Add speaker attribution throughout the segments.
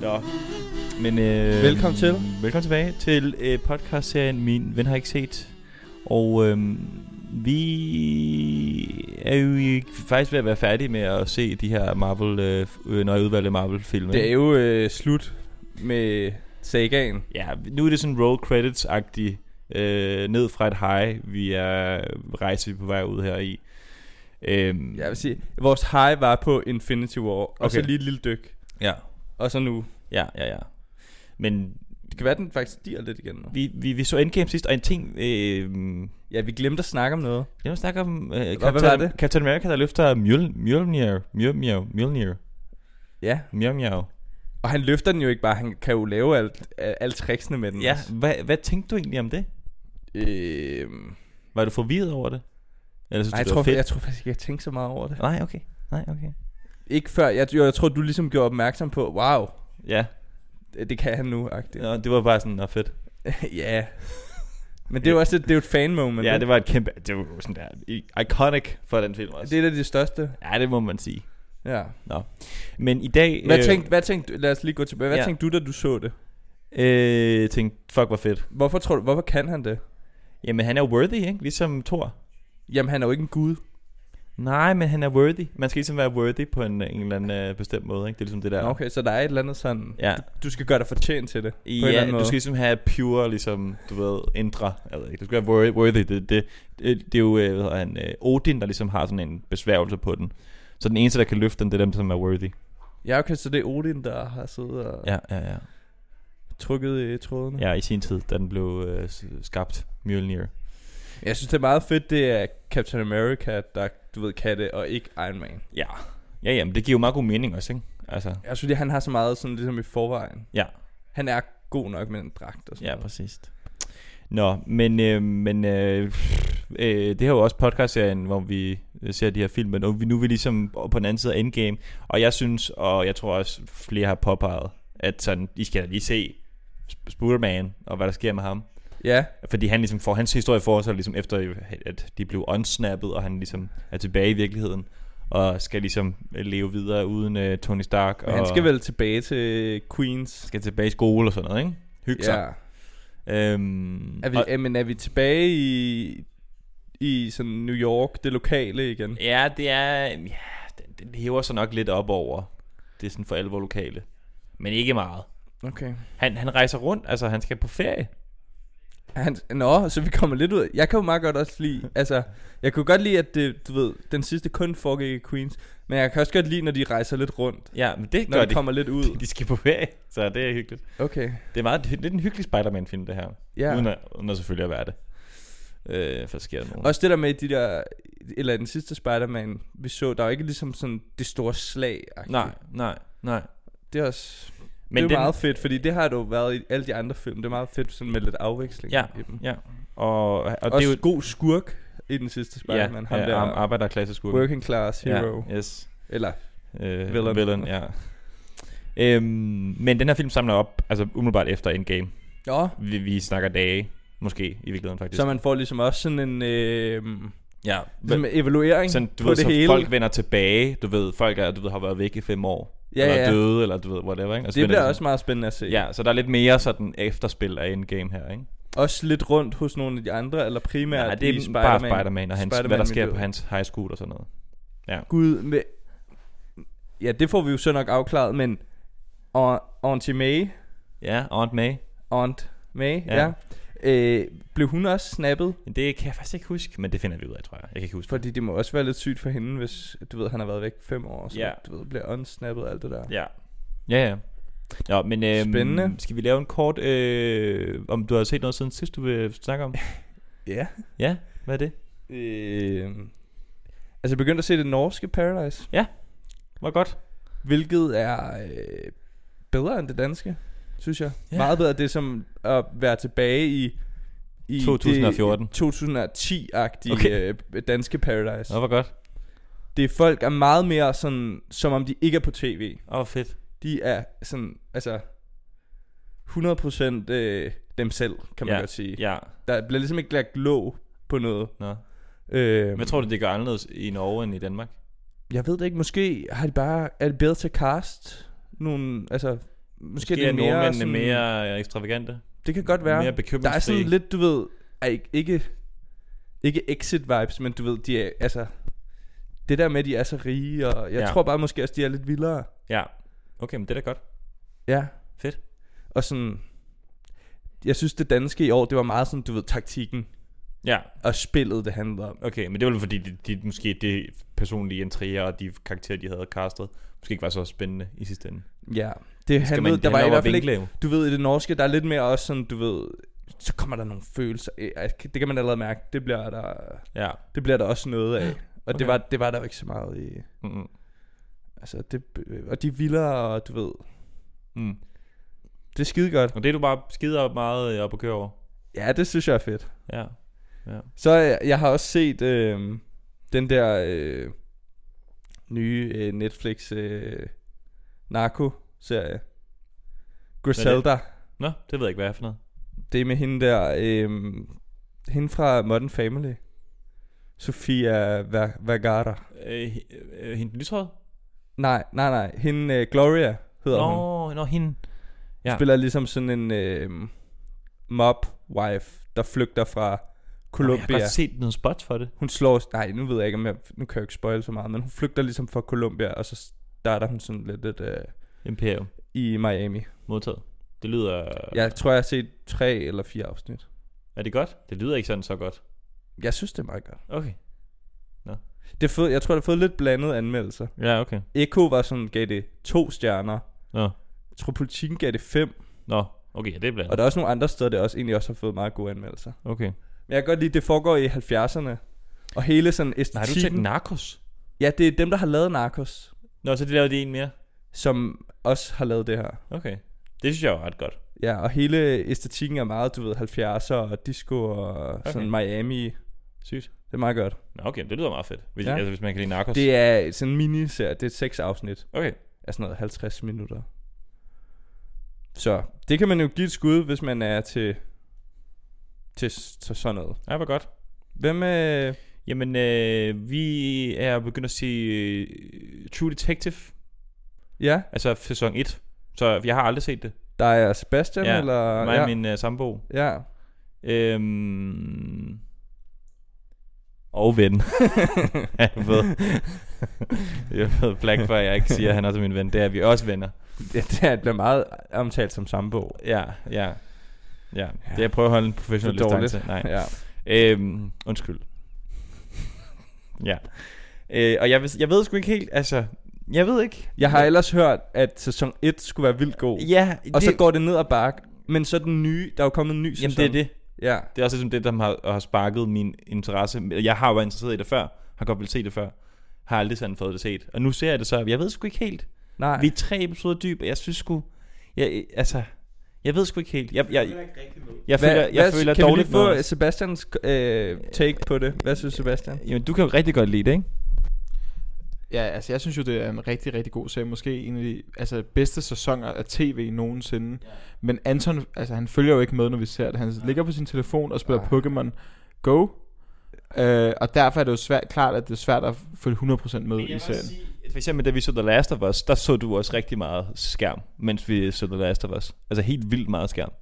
Speaker 1: Nå. Men øh,
Speaker 2: Velkommen til.
Speaker 1: Velkommen tilbage til øh, podcastserien Min Ven Har Ikke Set. Og øh, vi er jo i- faktisk ved at være færdige med at se de her Marvel, øh, f- øh, når jeg udvalgte Marvel-filmer.
Speaker 2: Det er jo øh, slut med sagaen.
Speaker 1: Ja, nu er det sådan roll credits-agtig øh, ned fra et high, vi er rejse på vej ud her i. Øhm,
Speaker 2: Jeg vil sige, vores high var på Infinity War, okay. og så
Speaker 1: Okay.
Speaker 2: lige et lille dyk,
Speaker 1: ja,
Speaker 2: og så nu.
Speaker 1: ja, ja, ja. Men
Speaker 2: Det kan være, den faktisk stiger lidt igen nu.
Speaker 1: vi, vi, vi så Endgame sidst, og en ting... Øh,
Speaker 2: Ja, vi glemte at snakke om noget.
Speaker 1: Jeg vil snakke om øh,
Speaker 2: var
Speaker 1: Captain,
Speaker 2: det?
Speaker 1: Captain America, der løfter Mjøl, Mjølnir, Mjølnir, Mjølnir,
Speaker 2: Ja.
Speaker 1: Mjølnir.
Speaker 2: Og han løfter den jo ikke bare, han kan jo lave alt, alt tricksene med den.
Speaker 1: Ja,
Speaker 2: også.
Speaker 1: hvad, hvad tænkte du egentlig om det?
Speaker 2: Øhm,
Speaker 1: Var du forvirret over det? Eller synes
Speaker 2: nej, jeg,
Speaker 1: du, det
Speaker 2: tror,
Speaker 1: var fedt?
Speaker 2: jeg tror faktisk ikke, jeg tænkte så meget over det.
Speaker 1: Nej, okay. Nej, okay.
Speaker 2: Ikke før, jeg, jo, jeg tror, du ligesom gjorde opmærksom på, wow,
Speaker 1: Ja,
Speaker 2: det kan han nu, agtigt.
Speaker 1: Nå, det var bare sådan, nå fedt.
Speaker 2: ja. Men det er jo også et, det er jo et fan-moment.
Speaker 1: ja,
Speaker 2: ikke?
Speaker 1: det var et kæmpe, det var jo sådan der, i- iconic for den film også.
Speaker 2: det er et af de største.
Speaker 1: ja, det må man sige.
Speaker 2: Ja.
Speaker 1: Men i dag...
Speaker 2: Hvad tænkte, hvad tænkte, lad os lige gå tilbage. Hvad
Speaker 1: Øh, ja.
Speaker 2: ja. tænkte du, da du så det?
Speaker 1: Øh, tænkte, fuck, hvor fedt.
Speaker 2: Hvorfor tror du, hvorfor kan han det?
Speaker 1: Jamen, han er worthy, ikke? Ligesom Thor.
Speaker 2: Jamen, han er jo ikke en gud.
Speaker 1: Nej, men han er worthy. Man skal ligesom være worthy på en, en eller anden øh, bestemt måde, ikke? Det er ligesom det der...
Speaker 2: Ja. Okay, så der er et eller andet sådan...
Speaker 1: Ja.
Speaker 2: Du skal gøre dig fortjent til det. På en eller
Speaker 1: Ja,
Speaker 2: anden
Speaker 1: du
Speaker 2: måde.
Speaker 1: skal ligesom have pure, ligesom, du ved, indre, jeg ved ikke, du skal være worthy, worthy. Det, det, det, det er jo, øh, hvad hedder han, øh, Odin, der ligesom har sådan en besværgelse på den. Så den eneste, der kan løfte den, det er dem, som er worthy.
Speaker 2: Ja, okay, så det er Odin, der har siddet og ja.
Speaker 1: Ja, ja, ja.
Speaker 2: trykket i trådene.
Speaker 1: Ja, i sin tid, da den blev øh, s- skabt, Mjølnir.
Speaker 2: Jeg synes, det er meget fedt, det er Captain America, der, du ved, kan det, og ikke Iron Man.
Speaker 1: Ja. Ja, jamen, det giver jo meget god mening også, ikke? Altså,
Speaker 2: Jeg synes, at han har så meget sådan ligesom i forvejen.
Speaker 1: ja,
Speaker 2: Han er god nok med en dragt og sådan
Speaker 1: ja,
Speaker 2: noget.
Speaker 1: præcis. Nå, men, øh, men øh, øh, det her er jo også podcastserien, hvor vi øh, ser de her film, men nu er vi- nu er vi ligesom på den anden side af Endgame, og jeg synes, og jeg tror også flere har påpeget, at sådan, I skal da lige se Sp- Spider-Man, og hvad der sker med ham.
Speaker 2: Ja,
Speaker 1: Fordi han ligesom får hans historie for sig, ligesom efter at de blev onsnappet, og han ligesom er tilbage i virkeligheden, og skal ligesom øh, leve videre uden øh, Tony Stark,
Speaker 2: men
Speaker 1: og
Speaker 2: han skal vel tilbage til Queens.
Speaker 1: skal tilbage i skole og sådan noget, ikke? Hygge sig.
Speaker 2: Ja.
Speaker 1: Øhm,
Speaker 2: Er vi,
Speaker 1: og-
Speaker 2: er, men er vi tilbage i, i sådan New York, det lokale igen?
Speaker 1: Ja, det er... Ja, den, den hæver sig nok lidt op over. Det er sådan for alvor lokale. Men ikke meget.
Speaker 2: Okay.
Speaker 1: Han, han rejser rundt, altså han skal på ferie.
Speaker 2: Han, nå, så vi kommer lidt ud. Jeg kan jo meget godt også lide, altså, jeg kunne godt lide, at det, du ved, den sidste kun foregik i Queens, men jeg kan også godt lide, når de rejser lidt rundt,
Speaker 1: Ja, men det
Speaker 2: når
Speaker 1: gør
Speaker 2: de kommer lidt ud.
Speaker 1: De skal på ferie, så det er hyggeligt.
Speaker 2: Okay.
Speaker 1: Det er meget, det er lidt en hyggelig Spider-Man-film, det her.
Speaker 2: Ja.
Speaker 1: Uden, at, uden at selvfølgelig at være det. Øh, for der sker nogen.
Speaker 2: Også det der med de der, eller den sidste Spider-Man, vi så, der er jo ikke ligesom sådan det store slag.
Speaker 1: Nej, nej, nej.
Speaker 2: Det er også,
Speaker 1: Men
Speaker 2: men det er
Speaker 1: den-
Speaker 2: den, meget fedt, fordi det har det jo været i alle de andre film. Det er meget fedt sådan med lidt afveksling
Speaker 1: Ja,
Speaker 2: i dem.
Speaker 1: ja. Og, og
Speaker 2: Og
Speaker 1: det er
Speaker 2: også
Speaker 1: jo...
Speaker 2: jo... god skurk i den sidste Spider-Man.
Speaker 1: ja,
Speaker 2: ham
Speaker 1: ja,
Speaker 2: der
Speaker 1: arbejderklasseskurken.
Speaker 2: working class hero.
Speaker 1: Ja, yes.
Speaker 2: Eller,
Speaker 1: Øh, villain.
Speaker 2: Villain.
Speaker 1: villain ja. øhm, men den her film samler op, altså umiddelbart efter Endgame.
Speaker 2: ja,
Speaker 1: Vi, vi snakker dage, måske i virkeligheden faktisk.
Speaker 2: så man får ligesom også sådan en... Øh,
Speaker 1: ja,
Speaker 2: Som
Speaker 1: men,
Speaker 2: en evaluering
Speaker 1: sådan,
Speaker 2: du
Speaker 1: du
Speaker 2: på ved,
Speaker 1: ved,
Speaker 2: det
Speaker 1: så
Speaker 2: hele.
Speaker 1: folk vender tilbage. Du ved, folk er, du ved, har været væk i fem år.
Speaker 2: Ja,
Speaker 1: eller
Speaker 2: ja.
Speaker 1: døde, eller du ved, whatever. Ikke? Og så
Speaker 2: det
Speaker 1: vender
Speaker 2: bliver
Speaker 1: de
Speaker 2: også meget spændende at se.
Speaker 1: sådan- Ja, så der er lidt mere sådan efterspil af Endgame her, ikke?
Speaker 2: Også lidt rundt hos nogle af de andre, eller primært
Speaker 1: Nej, det er
Speaker 2: i
Speaker 1: Spider-Man,
Speaker 2: Spider-Man.
Speaker 1: bare Spider-Man og hans, Spider-Man hvad der sker
Speaker 2: miljøet.
Speaker 1: på hans high school og sådan noget.
Speaker 2: Gud, med... Ja, det får vi jo så nok afklaret, men... Au- Auntie May,
Speaker 1: Ja, Aunt May.
Speaker 2: Aunt May,
Speaker 1: Ja.
Speaker 2: ja. ja. Øh, blev hun også snappet?
Speaker 1: Det kan jeg faktisk ikke huske, men det finder vi ud af, tror jeg. Jeg kan ikke huske. det.
Speaker 2: Fordi det må også være lidt sygt for hende, hvis du ved, han har været væk fem år, så
Speaker 1: Ja.
Speaker 2: du ved, bliver unsnappet og alt det der.
Speaker 1: Ja. Ja, ja. Nå, men øhm,
Speaker 2: Spændende.
Speaker 1: skal vi lave en kort, øh, om du har set noget siden sidst, du vil snakke om?
Speaker 2: Ja.
Speaker 1: ja, hvad er det?
Speaker 2: Øh, altså, jeg begyndte at se det norske Paradise,
Speaker 1: Var godt.
Speaker 2: hvilket er øh, bedre end det danske, synes jeg.
Speaker 1: Ja.
Speaker 2: Ja. Meget bedre det som at være tilbage i... i
Speaker 1: 2014.
Speaker 2: det 2010-agtige
Speaker 1: Okay.
Speaker 2: okay. øh, danske Paradise.
Speaker 1: Nå, var godt.
Speaker 2: Det er folk er meget mere sådan, som om de ikke er på tv.
Speaker 1: Åh, oh, fedt.
Speaker 2: de er sådan, altså 100% øh, dem selv, kan man
Speaker 1: ja.
Speaker 2: godt sige.
Speaker 1: Ja,
Speaker 2: Der bliver ligesom ikke lagt låg på noget.
Speaker 1: nå.
Speaker 2: Øh,
Speaker 1: Hvad tror du, det gør anderledes i Norge end i Danmark?
Speaker 2: Jeg ved det ikke, måske har de bare, er det bedre til at cast nogle, altså
Speaker 1: Måske
Speaker 2: Måske,
Speaker 1: det er
Speaker 2: mere,
Speaker 1: nordmændene
Speaker 2: sådan,
Speaker 1: mere øh, ekstravagante.
Speaker 2: Det kan godt være.
Speaker 1: mere
Speaker 2: der er
Speaker 1: bekymringsfri.
Speaker 2: sådan lidt, du ved, er ikke, ikke, ikke exit-vibes, men du ved, de er, altså, det der med, at de er så rige, og jeg
Speaker 1: Ja.
Speaker 2: ja. tror bare måske også, de er lidt vildere.
Speaker 1: Ja. Okay, men det er da godt.
Speaker 2: Ja.
Speaker 1: Fedt.
Speaker 2: Og sådan, jeg synes, det danske i år, det var meget sådan, du ved, taktikken
Speaker 1: Ja,
Speaker 2: og spillet, det handlede om.
Speaker 1: okay. Men det var vel fordi, de, de, måske det personlige intriger og de karakterer, de havde castet, måske ikke var så spændende i sidste ende.
Speaker 2: Ja, det
Speaker 1: Skal
Speaker 2: handlede, der var i hvert fald ikke,
Speaker 1: ikke...
Speaker 2: du ved, i det norske, der er lidt mere også sådan, du ved, så kommer der nogle følelser. af. Det kan man allerede mærke, det bliver der,
Speaker 1: Ja.
Speaker 2: det bliver der også noget af. Og okay.
Speaker 1: Okay.
Speaker 2: det, var, det var der jo ikke så meget i,
Speaker 1: Mm-mm.
Speaker 2: Altså, det, og de viller, og du ved,
Speaker 1: Mm.
Speaker 2: det er skide godt.
Speaker 1: Og det er du bare skider meget øh, op og kører over.
Speaker 2: Ja, det synes jeg er fedt.
Speaker 1: Ja.
Speaker 2: Så jeg, jeg har også set øh, den der øh, nye øh, Netflix øh, narko-serie. Griselda.
Speaker 1: Nå, det ved jeg ikke, hvad jeg er for noget.
Speaker 2: Det er med hende der, øh, hende fra Modern Family. Sofia Ver- Vergara.
Speaker 1: Øh, øh, hende lyshåret?
Speaker 2: Nej, nej, nej. Hende øh, Gloria hedder hun.
Speaker 1: Nå, nå, hende. ja.
Speaker 2: Spiller ligesom sådan en øh, mob-wife, der flygter fra
Speaker 1: Nå, Jeg
Speaker 2: Colombia.
Speaker 1: har godt set noget spots for det.
Speaker 2: Hun slår... Nej, nu ved jeg ikke, om jeg... Nu kan jeg jo ikke spoil så meget, men hun flygter ligesom fra Colombia, og så starter hun sådan lidt, lidt øh,
Speaker 1: Imperium.
Speaker 2: i Miami.
Speaker 1: Modtaget. Det lyder...
Speaker 2: Jeg tror, jeg har set tre eller fire afsnit.
Speaker 1: Er det godt? Det lyder ikke sådan så godt.
Speaker 2: Jeg synes, det er meget godt.
Speaker 1: Okay.
Speaker 2: Det er fået, jeg tror, det har fået lidt blandede anmeldelser.
Speaker 1: Ja, okay.
Speaker 2: Eko var sådan, gav det to stjerner.
Speaker 1: Nå.
Speaker 2: Jeg tror, politikken gav det fem.
Speaker 1: Nå, okay, ja, det er blandt.
Speaker 2: Og der er også nogle andre steder, der også egentlig også har fået meget gode anmeldelser.
Speaker 1: Okay.
Speaker 2: Men jeg kan godt lide, det foregår i 70'erne. Og hele sådan
Speaker 1: Nej, har du tænkt
Speaker 2: æstetikken...
Speaker 1: Narcos?
Speaker 2: ja, det er dem, der har lavet Narcos,
Speaker 1: Nå, så de lavede de en mere.
Speaker 2: som også har lavet det her.
Speaker 1: Okay. Det synes jeg var ret godt.
Speaker 2: Ja, og hele æstetikken er meget, du ved, 70'er og disco og okay. sådan Miami. Det
Speaker 1: Sygt.
Speaker 2: er meget godt.
Speaker 1: Nå, okay, det lyder meget fedt. Hvis, ja.
Speaker 2: Ja.
Speaker 1: altså, hvis man kan lide Narcos.
Speaker 2: Det er sådan en miniserie, det er seks afsnit
Speaker 1: Okay.
Speaker 2: af sådan noget 50 minutter. Så det kan man jo give et skud, hvis man er til, til, til sådan noget.
Speaker 1: Ja, hvor godt.
Speaker 2: Hvem øh,
Speaker 1: Jamen, øh, vi er begyndt at se øh, True Detective.
Speaker 2: Ja,
Speaker 1: Altså sæson 1. Så jeg har aldrig set det.
Speaker 2: der er Sebastian,
Speaker 1: Ja,
Speaker 2: eller...
Speaker 1: Mig
Speaker 2: ja,
Speaker 1: og min øh, sambo.
Speaker 2: ja.
Speaker 1: Øhm... Og ven. jeg ved, jeg ved Black, før jeg ikke siger, at han også er min ven. Det er vi også venner.
Speaker 2: ja, det her bliver meget omtalt som sambog.
Speaker 1: Ja, ja. Ja, det jeg prøver at holde en professionel
Speaker 2: Det er dårligt.
Speaker 1: distance. Nej.
Speaker 2: Ja.
Speaker 1: Øhm, undskyld. ja. Øh, og jeg, ved- jeg ved sgu ikke helt, altså... Jeg ved ikke.
Speaker 2: Jeg har ellers hørt, at sæson 1 skulle være vildt god.
Speaker 1: Ja,
Speaker 2: Og så går det ned ad bakke. Men så den nye, der er jo kommet en ny sæson.
Speaker 1: Jamen, det er det.
Speaker 2: Ja.
Speaker 1: Det er også ligesom det, der har, har sparket min interesse. Jeg har jo været interesseret i det før, har godt villet se det før, har aldrig sådan fået det set. Og nu ser jeg det så, jeg ved sgu ikke helt.
Speaker 2: Nej.
Speaker 1: Vi er tre episoder dyb, og jeg synes sgu, jeg, altså, jeg ved sgu ikke helt. Jeg, jeg, jeg, jeg føler, jeg
Speaker 2: hvad,
Speaker 1: føler
Speaker 2: kan
Speaker 1: dårligt
Speaker 2: vi lige få
Speaker 1: med-
Speaker 2: Sebastians øh, take på det? Hvad synes Sebastian?
Speaker 1: Jamen, du kan jo rigtig godt lide det, ikke?
Speaker 3: Ja, altså jeg synes jo, det er en rigtig, rigtig god serie. Måske en af de altså, bedste sæsoner af tv nogensinde. Ja. Men Anton, altså han følger jo ikke med, når vi ser det. Han ligger på sin telefon og spiller
Speaker 2: Ah.
Speaker 3: Pokémon Go. Øh, og derfor er det jo svært, klart, at det er svært at følge 100% med i serien.
Speaker 1: For eksempel, da vi så The Last of Us, der så du også rigtig meget skærm, mens vi så The Last of Us. Altså helt vildt meget skærm.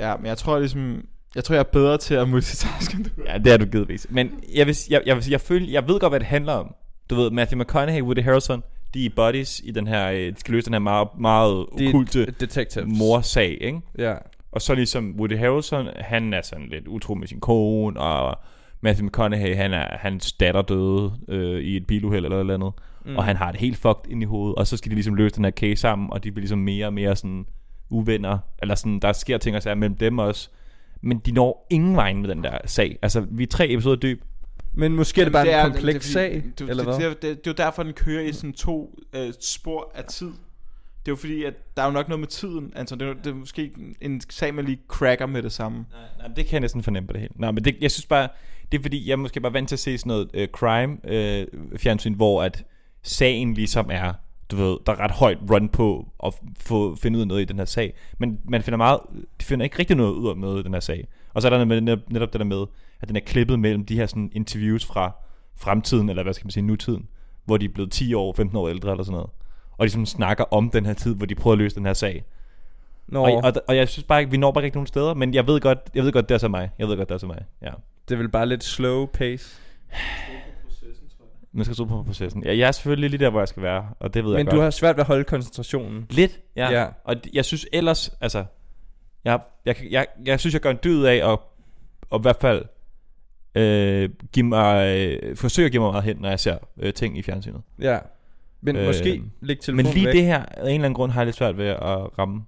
Speaker 3: Ja, men jeg tror ligesom... Jeg tror, jeg er bedre til at multitaske, end du er.
Speaker 1: Ja, det er du givetvis. Men jeg vil, s- jeg, jeg, vil, sige, jeg, føler, jeg ved godt, hvad det handler om. Du ved, Matthew McConaughey, Woody Harrelson, de er buddies i den her, øh, de skal løse den her meget, meget
Speaker 2: Det er
Speaker 1: okulte
Speaker 2: detectives.
Speaker 1: morsag, ikke?
Speaker 2: Ja.
Speaker 1: Og så ligesom Woody Harrelson, han er sådan lidt utro med sin kone, og Matthew McConaughey, han er, hans datter døde øh, i et biluheld eller et eller andet, mm. og han har det helt fucked ind i hovedet, og så skal de ligesom løse den her case sammen, og de bliver ligesom mere og mere sådan uvenner, eller sådan, der sker ting og sager mellem dem også, men de når ingen vej med den der sag. Altså, vi er tre episoder dyb,
Speaker 2: Men måske er det bare
Speaker 3: Jamen,
Speaker 2: en
Speaker 3: er-
Speaker 2: kompleks
Speaker 3: det er
Speaker 2: sag,
Speaker 3: fordi- det, er-
Speaker 2: eller hvad?
Speaker 3: det, er- det, er- det er jo derfor, den kører i sådan to øh, spor af tid. Det er jo fordi, at der er jo nok noget med tiden, Anton. Det er, jo- det er måske ikke en sag, man lige cracker med det samme.
Speaker 1: Nej, nej, men det kan jeg næsten fornemme på det hele. Nej, men det, jeg synes bare, det er fordi, jeg er måske bare vant til at se sådan noget øh, crime øh, fjernsyn, hvor at sagen ligesom er, du ved, der er ret højt run på at f- få, finde ud af noget i den her sag. Men man finder meget, de finder ikke rigtig noget ud af noget i den her sag. Og så er der noget med, netop, netop det der med, at den er klippet mellem de her sådan interviews fra fremtiden, eller hvad skal man sige, nutiden, hvor de er blevet 10 år, 15 år ældre eller sådan noget. og ligesom snakker om den her tid, hvor de prøver at løse den her sag.
Speaker 2: Nå,
Speaker 1: Og, og, og, jeg synes bare ikke, vi når bare ikke nogen steder, men jeg ved godt, jeg ved godt, det er så mig. Jeg ved godt, det er så mig, ja.
Speaker 2: det er vel bare lidt slow pace.
Speaker 1: Man skal tro på processen. Ja, jeg er selvfølgelig lige der, hvor jeg skal være, og det ved jeg
Speaker 2: Men
Speaker 1: godt.
Speaker 2: du har svært ved at holde koncentrationen.
Speaker 1: Lidt, ja.
Speaker 2: Ja.
Speaker 1: ja. Og d- jeg synes ellers, altså, jeg, jeg, jeg, jeg synes, jeg gør en dyd af at, at i hvert fald øh, give mig, øh, forsøge at give mig meget hen, når jeg ser øh, ting i fjernsynet.
Speaker 2: Ja. Men øh,
Speaker 1: Øh,
Speaker 2: måske lægge telefonen
Speaker 1: Men lige
Speaker 2: væk.
Speaker 1: det her, af en eller anden grund, har jeg lidt svært ved at ramme.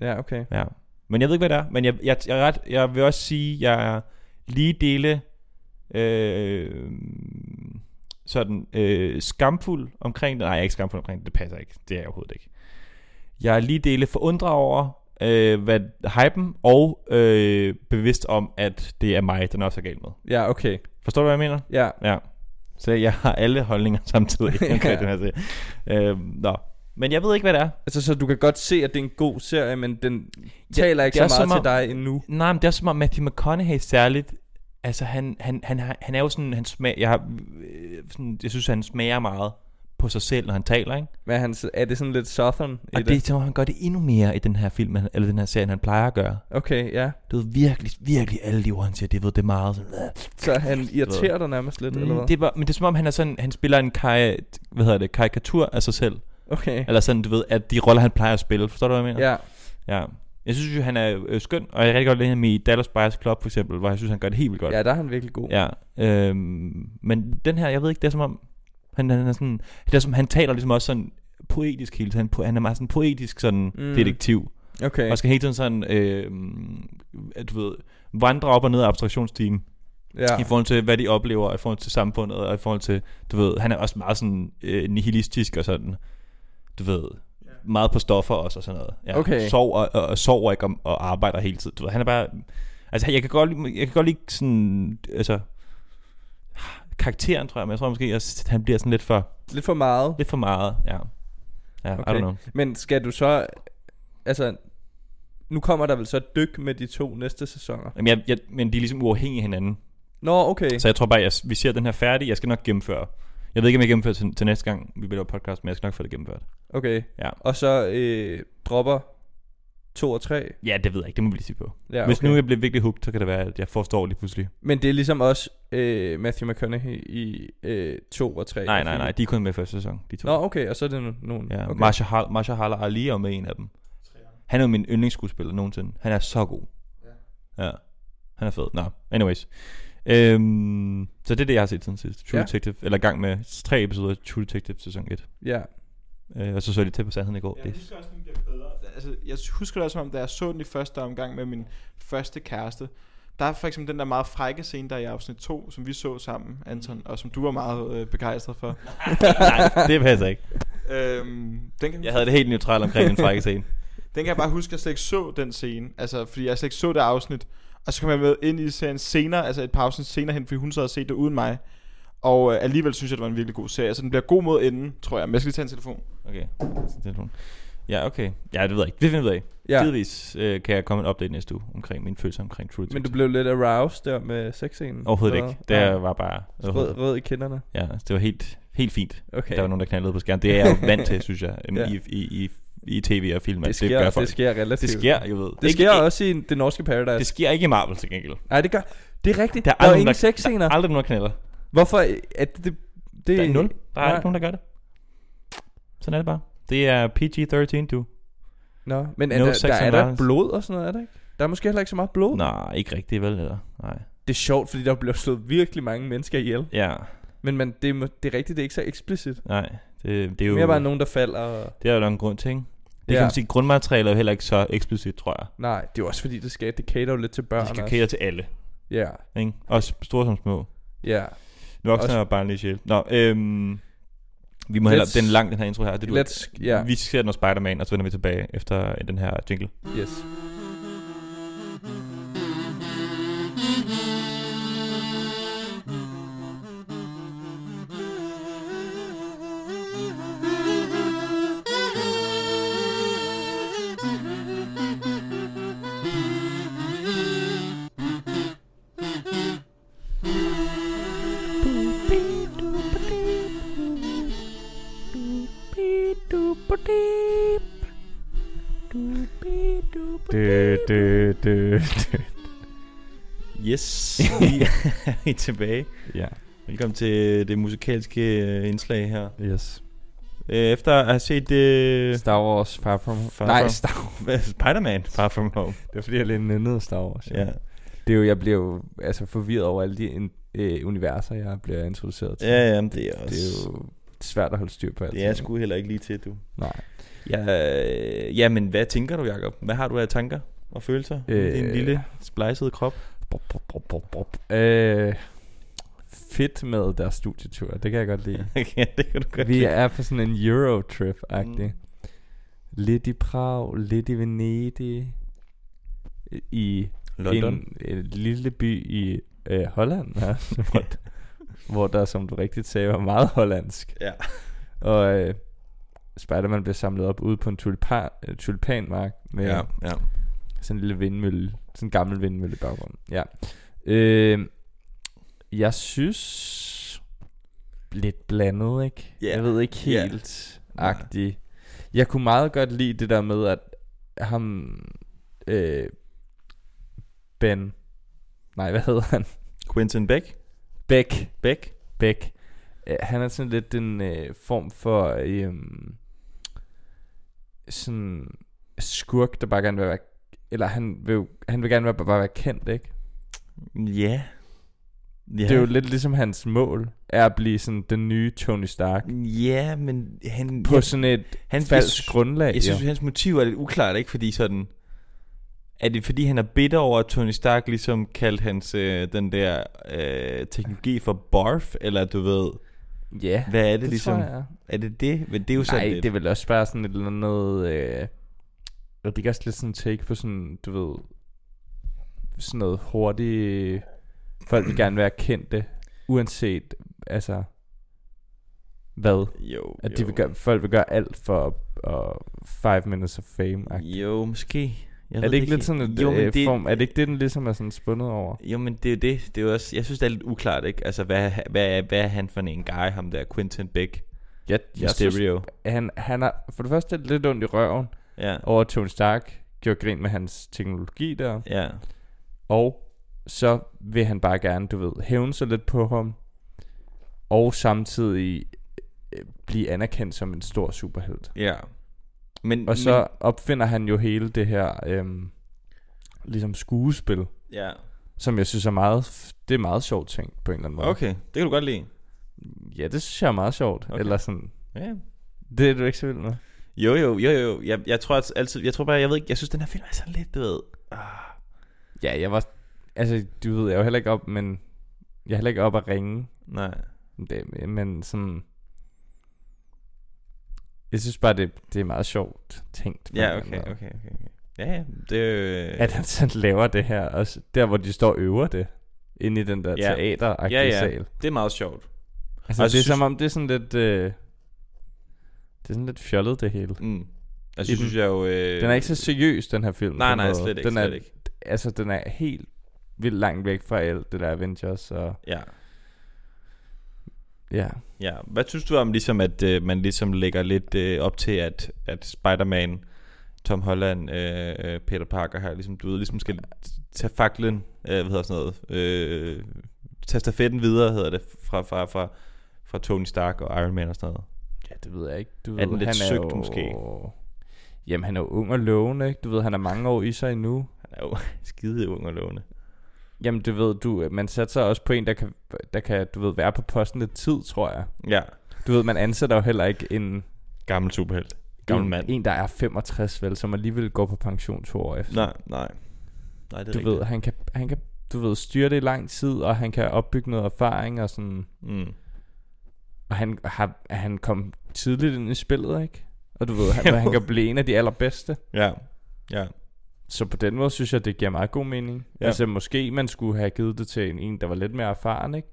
Speaker 2: Ja, okay.
Speaker 1: Ja. Men jeg ved ikke, hvad det er. Men jeg, jeg, jeg, er ret, jeg vil også sige, jeg er lige dele øh, sådan øh, skamfuld omkring det. Nej, jeg er ikke skamfuld omkring det. Det passer ikke. Det er jeg overhovedet ikke. Jeg er lige dele forundret over, øh, hvad hypen og øh, bevidst om, at det er mig, den også er galt med.
Speaker 2: Ja, okay.
Speaker 1: Forstår du, hvad jeg mener?
Speaker 2: Ja.
Speaker 1: Ja. Så jeg har alle holdninger samtidig omkring
Speaker 2: Ja.
Speaker 1: den her serie. Øh, nå. Men jeg ved ikke, hvad det er.
Speaker 2: Altså, så du kan godt se, at det er en god serie, men den taler ikke
Speaker 1: det er
Speaker 2: så meget
Speaker 1: som
Speaker 2: til
Speaker 1: om-
Speaker 2: dig endnu.
Speaker 1: Nej, men det er også som om Matthew McConaughey særligt, altså han, han, han, har- han er jo sådan, han smag, jeg, har, øh, sådan, jeg synes, han smager meget på sig selv, når han taler, ikke?
Speaker 2: Hvad han, s- er det sådan lidt southern i
Speaker 1: Og det er som om, han gør det endnu mere i den her film, han- eller den her serie, end han plejer at gøre.
Speaker 2: Okay, ja.
Speaker 1: Det er virkelig, virkelig alle de ord, han siger, det ved det er meget. Sådan, øh.
Speaker 2: Så han irriterer dig nærmest lidt, mm, eller hvad?
Speaker 1: Mm, det var, men det er som om, han er sådan, han spiller en kaj, hvad hedder det, karikatur af sig selv.
Speaker 2: okay.
Speaker 1: Eller sådan, du ved, at de roller, han plejer at spille. Forstår du, hvad jeg mener?
Speaker 2: Ja.
Speaker 1: ja. Jeg synes jo, han er øh, skøn, og jeg kan rigtig godt lide ham i Dallas Buyers Club, for eksempel, hvor jeg synes, han gør det helt vildt godt.
Speaker 2: ja, der er han virkelig god.
Speaker 1: Ja, øhm, men den her, jeg ved ikke, det er som om, han, han er sådan, det er som, han taler ligesom også sådan poetisk hele tiden, Po- han er meget sådan poetisk sådan
Speaker 2: Mm.
Speaker 1: mm. detektiv,
Speaker 2: Okay.
Speaker 1: og skal hele tiden sådan, øh, at du ved, vandre op og ned af abstraktionsstigen,
Speaker 2: Ja.
Speaker 1: ja. i forhold til, hvad de oplever, og i forhold til samfundet, og i forhold til, du ved, han er også meget sådan øh, nihilistisk og sådan, du ved, meget på stoffer også og sådan noget. Ja,
Speaker 2: Okay.
Speaker 1: Sov og, og, og sover ikke om, og arbejder hele tiden. Du ved, han er bare, altså jeg kan godt, lide- jeg kan godt lide sådan, altså, karakteren tror jeg, men jeg tror måske, at han bliver sådan lidt for,
Speaker 2: Lidt for meget.
Speaker 1: lidt for meget, ja. Ja, okay. I
Speaker 2: Okay.
Speaker 1: don't know.
Speaker 2: Men skal du så... Altså, nu kommer der vel så et dyk med de to næste sæsoner.
Speaker 1: Men, jeg, jeg, men de er ligesom uafhængige af hinanden.
Speaker 2: Nå, okay.
Speaker 1: Så jeg tror bare, jeg, vi ser den her færdig. Jeg skal nok gennemføre. Jeg ved ikke, om jeg gennemfører til, til næste gang, vi bliver podcast, men jeg skal nok få det gennemført.
Speaker 2: Okay.
Speaker 1: Ja.
Speaker 2: Og så øh, dropper 2 og 3.
Speaker 1: Ja, det ved jeg ikke. Det må vi lige se på.
Speaker 2: Ja,
Speaker 1: Ja,
Speaker 2: okay.
Speaker 1: Hvis nu jeg bliver virkelig hooked, så kan det være, at jeg forstår lige pludselig.
Speaker 2: Men det er ligesom også øh, Matthew McConaughey i øh, 2 og 3.
Speaker 1: Nej, nej, nej. De er kun med i første sæson, de to.
Speaker 2: Nå, okay, og så er det no- nogen.
Speaker 1: ja,
Speaker 2: okay.
Speaker 1: okay. Marsha, Hall, Marsha Haller Ali er jo med i en af dem. Han er jo min yndlingsskuespiller nogensinde. Han er så god. Ja. ja. Han er fed. Nå, anyways. Øhm, så det er det, jeg har set siden sidst. True
Speaker 2: Ja.
Speaker 1: ja. Detective, eller i gang med tre episoder af True Detective sæson 1.
Speaker 2: Ja,
Speaker 1: Øh, og så så jeg lige til på sandheden i går.
Speaker 3: Jeg
Speaker 1: Det,
Speaker 3: husker også, den bliver bedre. Altså, jeg husker det også, som om da jeg så den i første omgang med min første kæreste, der er for eksempel den der meget frække scene, der er i afsnit 2, som vi så sammen, Anton, og som du var meget øh, begejstret for.
Speaker 1: nej, det passer ikke.
Speaker 3: øhm, den, kan,
Speaker 1: Jeg havde det helt neutralt omkring den frække scene.
Speaker 3: den kan jeg bare huske, at jeg slet ikke så den scene, altså, fordi jeg slet ikke så det afsnit, og så kom jeg med ind i serien senere, altså et par afsnit senere hen, fordi hun så havde set det uden mig. Og øh, alligevel synes jeg, det var en virkelig god serie. Altså, den bliver god mod enden, tror jeg. Men jeg skal lige tage en telefon.
Speaker 1: Okay. Sin telefon. Ja, okay. Ja, det ved jeg ikke. Det finder vi ud af. Ja.
Speaker 2: ja.
Speaker 1: Givetvis øh, kan jeg komme med en update næste uge omkring mine følelser omkring True
Speaker 2: Men
Speaker 1: Detective.
Speaker 2: du blev lidt aroused der med sexscenen.
Speaker 1: Overhovedet
Speaker 2: Eller-
Speaker 1: ikke. Det
Speaker 2: Nej.
Speaker 1: ja. var bare...
Speaker 2: Rød, rød i kinderne.
Speaker 1: Ja, det var helt, helt fint.
Speaker 2: Okay.
Speaker 1: Der var nogen, der knaldede på skærmen. Det er jeg jo vant til, synes jeg,
Speaker 2: Ja.
Speaker 1: ja. i, i, i, i tv og film. at
Speaker 2: det, sker,
Speaker 1: det gør
Speaker 2: det
Speaker 1: folk.
Speaker 2: sker relativt.
Speaker 1: det sker, jeg ved.
Speaker 2: Det
Speaker 1: Ikke-
Speaker 2: sker
Speaker 1: ikke,
Speaker 2: også i det norske Paradise.
Speaker 1: Det sker ikke i Marvel til gengæld.
Speaker 2: Nej, det gør... Det er rigtigt.
Speaker 1: Der
Speaker 2: Der er,
Speaker 1: er
Speaker 2: der er
Speaker 1: aldrig
Speaker 2: ingen
Speaker 1: nogen,
Speaker 2: sexscener.
Speaker 1: Aldrig nogen, der knalder.
Speaker 2: Hvorfor er det... det, det
Speaker 1: Der er nul. Der er
Speaker 2: nej.
Speaker 1: ikke nogen, der gør det. Sådan er det bare. Det er PG-13, du.
Speaker 2: Nå, men er
Speaker 1: No
Speaker 2: der,
Speaker 1: sex
Speaker 2: der, er
Speaker 1: and
Speaker 2: der
Speaker 1: violence.
Speaker 2: blod og sådan noget, er der ikke? Der er måske heller ikke så meget blod.
Speaker 1: Nej, ikke rigtigt, vel? Eller? Nej.
Speaker 2: Det er sjovt, fordi der bliver slået virkelig mange mennesker ihjel.
Speaker 1: Ja,
Speaker 2: Men man, det, er, må- det er rigtigt, det er ikke så eksplicit.
Speaker 1: nej. Det, det er
Speaker 2: Det er
Speaker 1: jo...
Speaker 2: mere bare nogen, der falder. Og...
Speaker 1: Det er jo nok en grund til, ikke?
Speaker 2: Ja.
Speaker 1: Det ja. kan man sige, grundmaterialet er jo heller ikke så eksplicit, tror jeg.
Speaker 2: Nej, det er jo også fordi, det skal, det cater jo lidt til børn.
Speaker 1: Det skal
Speaker 2: også.
Speaker 1: kære til alle,
Speaker 2: Ja,
Speaker 1: ikke? Også store som små.
Speaker 2: ja.
Speaker 1: Nu også
Speaker 2: Også-
Speaker 1: er bare lige sjæl. Nå, øhm, vi må hellere,
Speaker 2: Let's-
Speaker 1: den er lang, den her intro her. Det er du,
Speaker 2: Let's, ja,
Speaker 1: Vi ser noget Spider-Man, og så vender vi tilbage efter den her jingle.
Speaker 2: yes.
Speaker 4: Doo-bee-doo-ba-dee-boo. Doo-bee-doo.
Speaker 1: Yes, vi er tilbage.
Speaker 2: ja,
Speaker 1: Velkommen til det musikalske øh, indslag her.
Speaker 2: yes.
Speaker 1: Øh, Efter at have set øh,
Speaker 2: Star Wars Far From Home.
Speaker 1: Far
Speaker 5: Nej,
Speaker 1: From-
Speaker 5: Star
Speaker 1: Spider-Man Far From Home.
Speaker 2: Det er fordi, jeg lidt nændede Star Wars.
Speaker 1: Ja.
Speaker 2: Det er jo, jeg bliver jo altså, forvirret over alle de in, øh, universer, jeg bliver introduceret til.
Speaker 1: Ja, ja, men det er også...
Speaker 2: Det er jo svært at holde styr på alt.
Speaker 1: det er sgu heller ikke lige til, du.
Speaker 2: Nej.
Speaker 1: Ja, øh, ja, men hvad tænker du, Jacob? Hvad har du af tanker og følelser? Øh,
Speaker 2: Øh,
Speaker 1: din lille splicede krop.
Speaker 2: Bop, bop, bop, bop, bop. Øh, fedt med deres studietur. Det kan jeg godt lide.
Speaker 1: ja, det kan du godt
Speaker 2: Vi
Speaker 1: lide.
Speaker 2: er på sådan en Eurotrip-agtig.
Speaker 1: Mm.
Speaker 2: Mm. Lidt i Prag, lidt i Venedig. I En, en lille by i øh, Holland, ja, hvor, hvor der, som du rigtigt sagde, var meget hollandsk.
Speaker 1: Ja.
Speaker 2: Og øh, Spider-Man blev samlet op ude på en tulipan, øh, tulipanmark med ja.
Speaker 1: Ja, ja.
Speaker 2: sådan en lille vindmølle, sådan en gammel vindmølle i baggrunden. Ja. Øh, jeg synes lidt blandet, ikke?
Speaker 1: Ja.
Speaker 2: Jeg ved ikke
Speaker 1: Ja.
Speaker 2: helt
Speaker 1: Nej.
Speaker 2: agtig. Jeg kunne meget godt lide det der med, at ham... Øh, ben... Nej, hvad hedder han?
Speaker 1: Quentin Beck.
Speaker 2: Beck.
Speaker 1: Beck.
Speaker 2: Beck. Øh, han er sådan lidt en øh, form for... Øh, sådan skurk, der bare gerne vil være... Eller han vil, jo- han vil gerne være, bare være kendt, ikke?
Speaker 1: Ja. Ja.
Speaker 2: Det er jo lidt ligesom hans mål, er at blive sådan den nye Tony Stark.
Speaker 1: Ja, men han...
Speaker 2: På sådan et
Speaker 1: hans,
Speaker 2: falsk grundlag.
Speaker 1: Jeg synes,
Speaker 2: jo.
Speaker 1: jo. hans motiv er lidt uklart, ikke? Fordi sådan... Er det fordi, han er bitter over, at Tony Stark ligesom kaldte hans, øh, den der øh, teknologi for barf? Eller du ved,
Speaker 2: ja,
Speaker 1: hvad er det,
Speaker 2: det
Speaker 1: ligesom?
Speaker 2: tror jeg.
Speaker 1: Er det det? Men det er jo sådan
Speaker 2: Nej,
Speaker 1: lidt.
Speaker 2: det er vel også bare sådan et eller andet... Øh, og det er også lidt sådan en take på sådan, du ved... Sådan noget hurtigt... Folk vil gerne være kendte, uanset, altså... Hvad?
Speaker 1: Jo,
Speaker 2: At
Speaker 1: jo.
Speaker 2: de vil gøre, folk vil gøre alt for og five minutes of fame. -agtigt.
Speaker 1: Jo, måske. Jeg
Speaker 2: Er
Speaker 1: ved
Speaker 2: det ikke lidt sådan en
Speaker 1: helt. jo, men
Speaker 2: øh, form? Er det ikke det, den ligesom er sådan spundet over?
Speaker 1: Jo, men det er jo det. det er jo også, jeg synes, det er lidt uklart, ikke? Altså, hvad, hvad, hvad er han for en guy, ham der Quentin Beck?
Speaker 2: Jeg, jeg synes,
Speaker 1: Mysterio.
Speaker 2: han, han har for det første lidt ondt i røven
Speaker 1: Ja,
Speaker 2: over at Tony Stark, gjorde grin med hans teknologi der,
Speaker 1: ja.
Speaker 2: og så vil han bare gerne, du ved, hævne sig lidt på ham, og samtidig øh, blive anerkendt som en stor superhelt.
Speaker 1: Ja. Men,
Speaker 2: Og så opfinder han jo hele det her øhm, ligesom skuespil,
Speaker 1: Men, ja.
Speaker 2: som jeg synes er meget, f- det er meget sjovt ting på en eller anden måde.
Speaker 1: Okay, det kan du godt lide.
Speaker 2: Ja, det synes jeg er meget sjovt.
Speaker 1: Okay.
Speaker 2: Okay. Eller sådan,
Speaker 1: Ja.
Speaker 2: det er du ikke så vild med.
Speaker 1: Jo, jo, jo, jo. Jeg, jeg tror at altid, jeg tror bare, jeg ved ikke, jeg synes, den her film er sådan lidt, du ved. Ah,
Speaker 2: Ja, jeg var... Altså, du ved, jeg er jo heller ikke op, men... Jeg er heller ikke op at ringe.
Speaker 1: Nej.
Speaker 2: Det, men sådan... Jeg synes bare, det, det er meget sjovt tænkt. på en
Speaker 1: Ja,
Speaker 2: eller
Speaker 1: okay,
Speaker 2: anden måde.
Speaker 1: okay, okay, okay. Ja, ja, det øh,
Speaker 2: altså. At han sådan laver det her, også der hvor de står og øver det, inde i den der
Speaker 1: Ja.
Speaker 2: ja. teater
Speaker 1: Ja, ja.
Speaker 2: sal.
Speaker 1: det er meget sjovt.
Speaker 2: Altså,
Speaker 1: jeg
Speaker 2: det er
Speaker 1: synes-
Speaker 2: som om, det er sådan lidt... Øh, det er sådan lidt fjollet, det hele.
Speaker 1: Mm. Altså,
Speaker 2: I
Speaker 1: synes jeg jo... Øh,
Speaker 2: Den er ikke så seriøs, den her film.
Speaker 1: Nej,
Speaker 2: på
Speaker 1: nej,
Speaker 2: noget.
Speaker 1: slet ikke,
Speaker 2: den er,
Speaker 1: slet ikke.
Speaker 2: Altså, den er helt vildt langt væk fra alt det der Avengers og...
Speaker 1: Ja.
Speaker 2: Ja.
Speaker 1: Ja, hvad synes du om ligesom, at øh, man ligesom lægger lidt øh, op til, at, at Spider-Man, Tom Holland, øh, øh, Peter Parker her, ligesom, du ved, ligesom skal tage faklen, øh, hvad hedder sådan noget, øh, tage stafetten videre, hedder det, fra, fra, fra, fra Tony Stark og Iron Man og sådan noget.
Speaker 2: Ja, det ved jeg ikke. Du
Speaker 1: Er
Speaker 2: ved,
Speaker 1: den lidt
Speaker 2: han
Speaker 1: søgt,
Speaker 2: er jo...
Speaker 1: måske?
Speaker 2: Jamen, han er jo ung og lovende, ikke? Du ved, han er mange år i sig endnu.
Speaker 1: Han er jo skide ung og lovende.
Speaker 2: Jamen, det ved du, øh, man satser også på en, der kan, der kan du ved, være på posten lidt tid, tror jeg.
Speaker 1: Ja,
Speaker 2: Du ved, man ansætter jo heller ikke en,
Speaker 1: gammel superhelt. Gammel
Speaker 2: en,
Speaker 1: mand.
Speaker 2: en, der er 65, vel, som alligevel går på pension to år efter.
Speaker 1: Nej, nej. Nej, det er
Speaker 2: du
Speaker 1: rigtigt.
Speaker 2: ved, han kan, han kan du ved, styre det i lang tid, og han kan opbygge noget erfaring, og sådan...
Speaker 1: Mm.
Speaker 2: Og han, har, han kom tidligt ind i spillet, ikke? Og du ved, han, han kan blive en af de allerbedste.
Speaker 1: Ja, ja.
Speaker 2: Så på den måde synes jeg, det giver meget god mening.
Speaker 1: Ja.
Speaker 2: Ja. Altså måske man skulle have givet det til en, en der var lidt mere erfaren, ikke?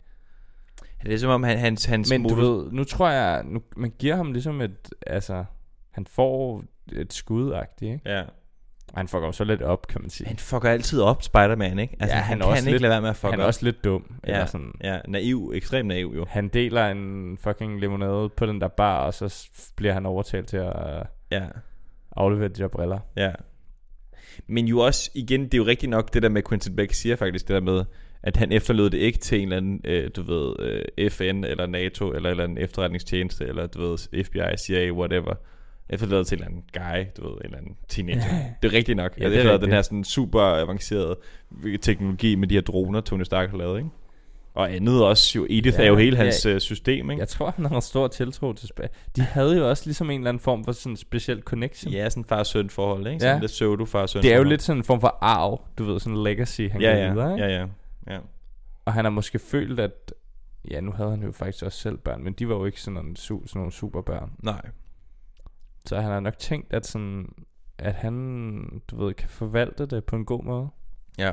Speaker 1: Det er som om, han, hans, hans
Speaker 2: Men du
Speaker 1: modus-
Speaker 2: ved, nu tror jeg, nu, man giver ham ligesom et, altså, han får et skudagtigt, ikke?
Speaker 1: Ja.
Speaker 2: Og han fucker jo så lidt op, kan man sige.
Speaker 1: Han fucker altid op, Spider-Man, ikke? Altså, ja,
Speaker 2: Ja,
Speaker 1: han,
Speaker 2: han
Speaker 1: han
Speaker 2: er
Speaker 1: kan
Speaker 2: også
Speaker 1: ikke
Speaker 2: lidt-
Speaker 1: lade være med at fuck
Speaker 2: han er
Speaker 1: op.
Speaker 2: også lidt dum,
Speaker 1: Ja.
Speaker 2: ja. eller sådan.
Speaker 1: Ja, naiv, ekstremt naiv jo.
Speaker 2: Han deler en fucking limonade på den der bar, og så s- bliver han overtalt til at øh,
Speaker 1: Ja,
Speaker 2: aflevere de der briller.
Speaker 1: ja. Men jo også, igen, det er jo rigtigt nok det der med, Quentin Beck siger faktisk det der med, at han efterlod det ikke til en eller anden, øh, du ved, øh, FN eller NATO eller en eller anden efterretningstjeneste eller du ved, FBI, CIA, whatever. Efterlod det til en eller anden guy, du ved, en eller anden teenager. Det er rigtigt nok.
Speaker 2: Ja,
Speaker 1: Ja,
Speaker 2: det er
Speaker 1: det er den
Speaker 2: rigtigt.
Speaker 1: her sådan super avancerede teknologi med de her droner, Tony Stark har lavet, ikke? Og andet også jo, Edith
Speaker 2: Ja,
Speaker 1: ja, er jo hele
Speaker 2: ja.
Speaker 1: hans ja, system, ikke?
Speaker 2: Jeg tror, han har stor tiltro til Spa. De havde jo også ligesom en eller anden form for sådan en speciel connection.
Speaker 1: Ja, sådan far søn forhold, ikke?
Speaker 2: Ja.
Speaker 1: Sådan ja. lidt pseudo far søn
Speaker 2: Det er jo lidt sådan en form for arv, du ved, sådan en legacy, han
Speaker 1: ja,
Speaker 2: ja,
Speaker 1: ja,
Speaker 2: videre, ikke?
Speaker 1: ja, ja, ja.
Speaker 2: Og han har måske følt, at... Ja, nu havde han jo faktisk også selv børn, men de var jo ikke sådan nogle, su- sådan nogle superbørn.
Speaker 1: Nej.
Speaker 2: Så han har nok tænkt, at, sådan, at han du ved, kan forvalte det på en god måde.
Speaker 1: Ja.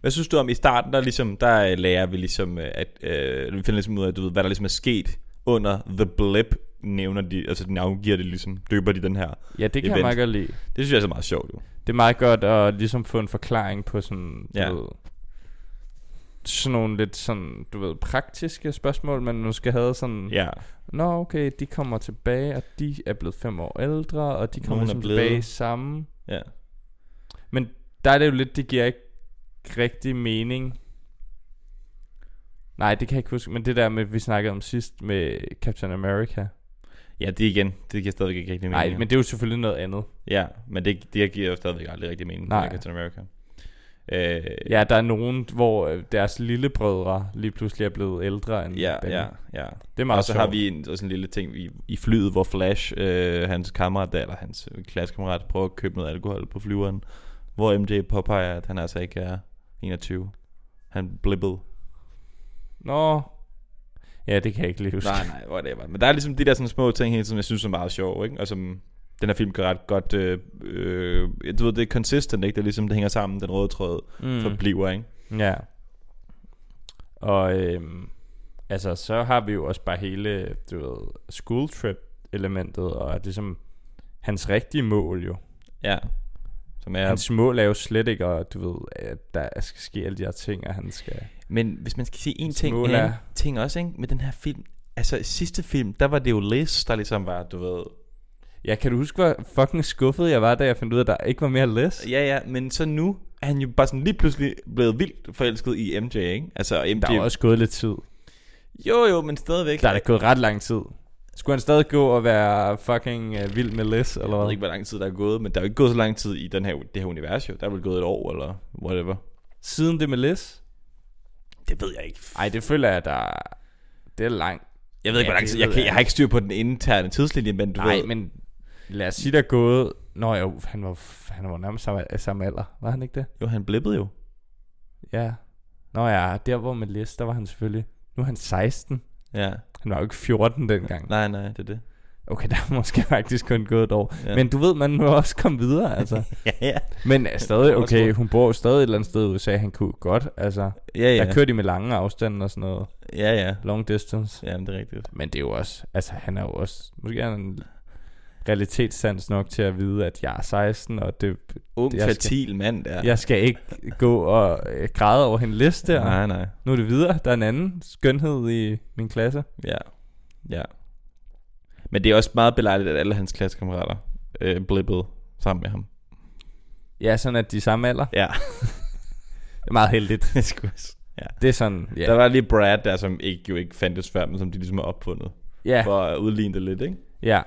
Speaker 1: Hvad synes du om i starten, der, ligesom, der øh, lærer vi ligesom, øh, at øh, vi finder ligesom ud af, du ved, hvad der ligesom er sket under The Blip, nævner de, altså de navngiver det ligesom, døber de den her.
Speaker 2: Ja, det kan
Speaker 1: Event.
Speaker 2: jeg meget godt lide.
Speaker 1: Det synes jeg er så meget sjovt, jo.
Speaker 2: Det er meget godt at ligesom få en forklaring på sådan, du
Speaker 1: Ja.
Speaker 2: ja. ved, sådan nogle lidt sådan, du ved, praktiske spørgsmål, man måske havde sådan,
Speaker 1: Ja.
Speaker 2: Nå, okay, de kommer tilbage, og de er blevet fem år ældre, og de kommer
Speaker 1: Nogen er
Speaker 2: ligesom
Speaker 1: blevet.
Speaker 2: tilbage sammen.
Speaker 1: Ja.
Speaker 2: Men der er det jo lidt, det giver ikke rigtig mening. Nej, det kan jeg ikke huske, men det der med, vi snakkede om sidst med Captain America.
Speaker 1: Ja, det igen, det giver stadigvæk ikke rigtig mening.
Speaker 2: Nej, men det er jo selvfølgelig noget andet.
Speaker 1: Ja, men det, det giver jo stadigvæk aldrig rigtig mening Nej.
Speaker 2: Nej.
Speaker 1: Captain America. Øh,
Speaker 2: Ja, der er nogen, hvor øh, deres lillebrødre lige pludselig er blevet ældre end
Speaker 1: ja,
Speaker 2: dem.
Speaker 1: ja, ja.
Speaker 2: Det er meget
Speaker 1: Og så
Speaker 2: sjovt.
Speaker 1: har vi en, sådan en lille ting i, i flyet, hvor Flash, øh, hans kammerat, der, eller hans klassekammerat, prøver at købe noget alkohol på flyveren, hvor MJ påpeger, at han altså ikke er 21. Han blippede.
Speaker 2: Nå. Ja, det kan jeg ikke lige huske.
Speaker 1: Nej, nej, whatever. Men der er ligesom de der sådan små ting hele tiden, jeg synes er meget sjove, ikke? Og som den her film kan ret godt, øh, øh, du ved, det er consistent, ikke? Det er ligesom, det hænger sammen, den røde tråd mm. forbliver, ikke?
Speaker 2: Ja. Og øhm, altså, så har vi jo også bare hele, du ved, school trip elementet, og at ligesom hans rigtige mål jo.
Speaker 1: Ja. Som
Speaker 2: Ja.
Speaker 1: er
Speaker 2: Hans mål er jo slet ikke, og du ved, at der skal ske alle de her ting, og han skal...
Speaker 1: Men hvis man skal sige en
Speaker 2: Hans
Speaker 1: ting,
Speaker 2: mål
Speaker 1: en
Speaker 2: er-
Speaker 1: anden ting også, ikke? Med den her film, altså i sidste film, der var det jo Liz, der ligesom var, du ved...
Speaker 2: Ja, kan du huske, hvor fucking skuffet jeg var, da jeg fandt ud af, at der ikke var mere Les?
Speaker 1: Ja, ja, men så nu er han jo bare sådan lige pludselig blevet vildt forelsket i MJ, ikke? Altså, MJ...
Speaker 2: Der er også gået lidt tid.
Speaker 1: Jo, jo, men stadigvæk...
Speaker 2: Der er da gået ret lang tid. Skulle han stadig gå og være fucking øh, vild med Les, eller
Speaker 1: Jeg ved ikke,
Speaker 2: hvad?
Speaker 1: hvor lang tid der er gået, men der er jo ikke gået så lang tid i den her, det her univers, jo. Der er vel gået et år, eller whatever.
Speaker 2: Siden det med Les?
Speaker 1: Det ved jeg ikke.
Speaker 2: Ej, det føler jeg, der... Det er langt.
Speaker 1: Jeg ved ikke,
Speaker 2: Ja,
Speaker 1: hvor lang
Speaker 2: det
Speaker 1: tid... Jeg,
Speaker 2: ved
Speaker 1: kan,
Speaker 2: jeg
Speaker 1: jeg har ikke styr på den interne tidslinje, men du
Speaker 2: Nej,
Speaker 1: ved...
Speaker 2: men lad os sige, der er gået... Nå jo, han var, han var nærmest samme, samme alder, var han ikke det?
Speaker 1: Jo, han blippede jo.
Speaker 2: Ja. Nå ja, der hvor med Lis, der var han selvfølgelig... Nu er han 16.
Speaker 1: Ja.
Speaker 2: Han var jo ikke 14 dengang.
Speaker 1: Nej, nej, det er det.
Speaker 2: Okay, der er måske faktisk kun gået et år.
Speaker 1: Ja.
Speaker 2: Ja. Men du ved, man må også komme videre, altså.
Speaker 1: Ja, ja.
Speaker 2: Men er stadig,
Speaker 1: Også
Speaker 2: okay,
Speaker 1: godt.
Speaker 2: hun bor jo stadig et eller andet sted i USA, han kunne godt, altså.
Speaker 1: Ja, ja.
Speaker 2: Der kører de med lange afstande og sådan noget.
Speaker 1: Ja, ja.
Speaker 2: Long distance.
Speaker 1: Jamen, det er rigtigt.
Speaker 2: Men det er jo også, altså han er jo også, måske er han en realitetssans nok til at vide, at jeg er 16, og det,
Speaker 1: Ung,
Speaker 2: Jeg skal-
Speaker 1: fertil mand, der.
Speaker 2: jeg skal ikke gå og øh, græde over hendes liste, og
Speaker 1: Nej, nej.
Speaker 2: nu er det videre, der er en anden skønhed i min klasse.
Speaker 1: Ja. Ja. Men det er også meget belejligt, at alle hans klassekammerater øh, blippede sammen med ham.
Speaker 2: Ja, sådan at de er samme alder.
Speaker 1: Ja.
Speaker 2: Det er meget heldigt.
Speaker 1: Det er sgu også- ja.
Speaker 2: Det er sådan, ja.
Speaker 1: Der var lige Brad der, som ikke, jo ikke fandtes før, men som de ligesom har opfundet.
Speaker 2: ja,
Speaker 1: For at udligne det lidt, ikke?
Speaker 2: ja.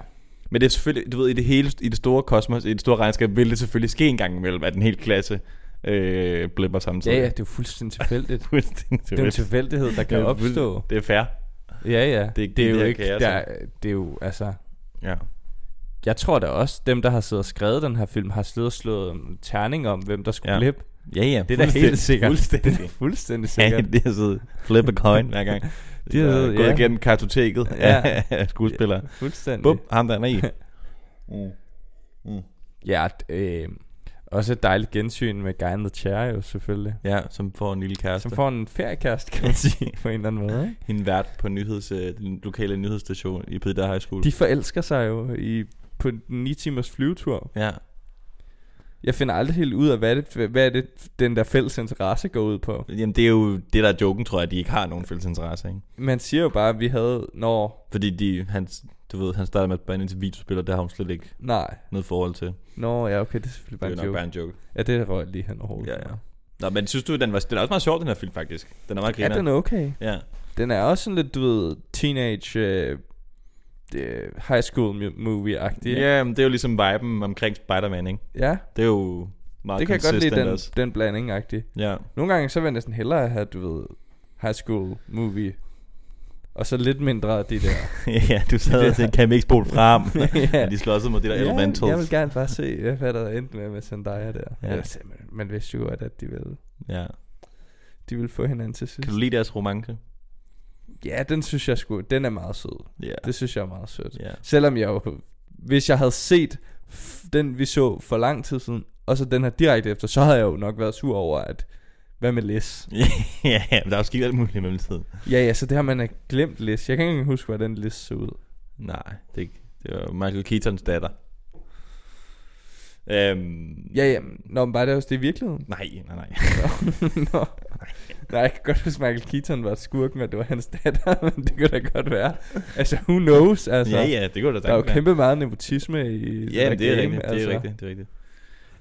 Speaker 1: Men det er selvfølgelig, du ved, i det hele, i det store kosmos, i det store regnskab, vil det selvfølgelig ske en gang imellem, at en hel klasse øh, blipper
Speaker 2: Ja,
Speaker 1: samtidig.
Speaker 2: ja, det er jo fuldstændig tilfældigt.
Speaker 1: Fuldstændig
Speaker 2: Det er jo en
Speaker 1: vildt.
Speaker 2: tilfældighed, der kan
Speaker 1: Det er
Speaker 2: opstå.
Speaker 1: Det er fair.
Speaker 2: Ja, ja.
Speaker 1: Det er ikke
Speaker 2: det er
Speaker 1: de
Speaker 2: jo
Speaker 1: der
Speaker 2: ikke,
Speaker 1: kaos,
Speaker 2: der, det er jo, altså...
Speaker 1: Ja.
Speaker 2: Jeg tror da også, dem der har siddet og skrevet den her film, har siddet og slået en terning om, hvem der skulle
Speaker 1: Ja.
Speaker 2: ja. blippe.
Speaker 1: Ja, ja.
Speaker 2: Det er da helt sikkert.
Speaker 1: Fuldstændig.
Speaker 2: Det er fuldstændig
Speaker 1: Ja,
Speaker 2: sikkert.
Speaker 1: det er sådan flip a coin hver gang. De
Speaker 2: Det er
Speaker 1: er
Speaker 2: sådan,
Speaker 1: gået
Speaker 2: ja.
Speaker 1: igennem kartoteket
Speaker 2: Ja.
Speaker 1: af skuespillere.
Speaker 2: fuldstændig.
Speaker 1: Bum, ham der er i. Mm.
Speaker 2: Ja, d- øh, også et dejligt gensyn med Guy in the Chair jo selvfølgelig.
Speaker 1: Ja, som får en lille kæreste.
Speaker 2: Som får en feriekæreste, kan man sige, på en eller anden måde. Ikke?
Speaker 1: Hende vært på nyheds, øh, den lokale nyhedsstation i Peter High School.
Speaker 2: De forelsker sig jo i, på en 9 timers flyvetur.
Speaker 1: Ja.
Speaker 2: Jeg finder aldrig helt ud af, hvad er det, hvad er det den der fælles interesse går ud på.
Speaker 1: Jamen, det er jo det, der er joken, tror jeg, at de ikke har nogen fælles interesse, ikke?
Speaker 2: Man siger jo bare, at vi havde... Når...
Speaker 1: Fordi de, han, du ved, han starter med at bande ind til videospillere, det har hun slet ikke
Speaker 2: Nej.
Speaker 1: noget forhold til.
Speaker 2: Nå, ja, okay, det er selvfølgelig
Speaker 1: Det er
Speaker 2: bare en
Speaker 1: jo nok
Speaker 2: joke.
Speaker 1: bare en joke.
Speaker 2: Ja, det røg lige hen over hovedet.
Speaker 1: Ja,
Speaker 2: på
Speaker 1: ja.
Speaker 2: mig.
Speaker 1: Nå, men synes du, den, var, den er også meget sjov, den her film, faktisk. Den er meget griner.
Speaker 2: Ja, den er okay.
Speaker 1: Ja.
Speaker 2: Den er også sådan lidt, du ved, teenage... Øh, øh, high school mu- movie-agtig.
Speaker 1: Det,
Speaker 2: ikke?
Speaker 1: ja, men det er jo ligesom viben omkring Spider-Man, ikke?
Speaker 2: Ja,
Speaker 1: Det er jo meget
Speaker 2: det kan jeg godt lide,
Speaker 1: consistent
Speaker 2: den,
Speaker 1: også.
Speaker 2: den blanding-agtig.
Speaker 1: Ja.
Speaker 2: Nogle gange så vil jeg næsten hellere have, du ved, high school movie. Og så lidt mindre af de der.
Speaker 1: ja, du sad og tænkte, kan vi ikke spole frem?
Speaker 2: ja.
Speaker 1: ja. De slår sig mod det der
Speaker 2: Ja,
Speaker 1: elementals.
Speaker 2: Jeg vil gerne bare se, hvad der endte med med Zendaya der.
Speaker 1: Ja.
Speaker 2: Ja. Ellers, man, man vidste jo godt, at de ville,
Speaker 1: Ja.
Speaker 2: de ville få hinanden til sidst.
Speaker 1: Kan du lide deres romance?
Speaker 2: Ja, den synes jeg sgu, den er meget sød.
Speaker 1: Ja.
Speaker 2: Det synes jeg er meget sødt.
Speaker 1: Ja.
Speaker 2: Selvom jeg jo, hvis jeg havde set f- den, vi så for lang tid siden, og så den her direkte efter, så havde jeg jo nok været sur over, at hvad med Liz?
Speaker 1: ja, ja, men der er jo sket alt muligt i mellemtiden.
Speaker 2: Ja, ja, så det har man øh, glemt Liz. Jeg kan ikke engang huske, hvordan Liz så ud.
Speaker 1: Nej, det, ikke- det var Michael Keatons datter. Øhm,
Speaker 2: Ja, ja, nå, men var det også det i virkeligheden?
Speaker 1: Nej, nej, nej.
Speaker 2: Nå. Nej, jeg kan godt huske, at Michael Keaton var skurken, og det var hans datter, men det kan da godt være. Altså, who knows, altså.
Speaker 1: Altså, ja, ja, det kunne da
Speaker 2: Der er jo
Speaker 1: sagtens være.
Speaker 2: kæmpe meget nepotisme i det
Speaker 1: Ja,
Speaker 2: der
Speaker 1: men det er
Speaker 2: game,
Speaker 1: rigtigt, det
Speaker 2: altså.
Speaker 1: er rigtigt, det er rigtigt.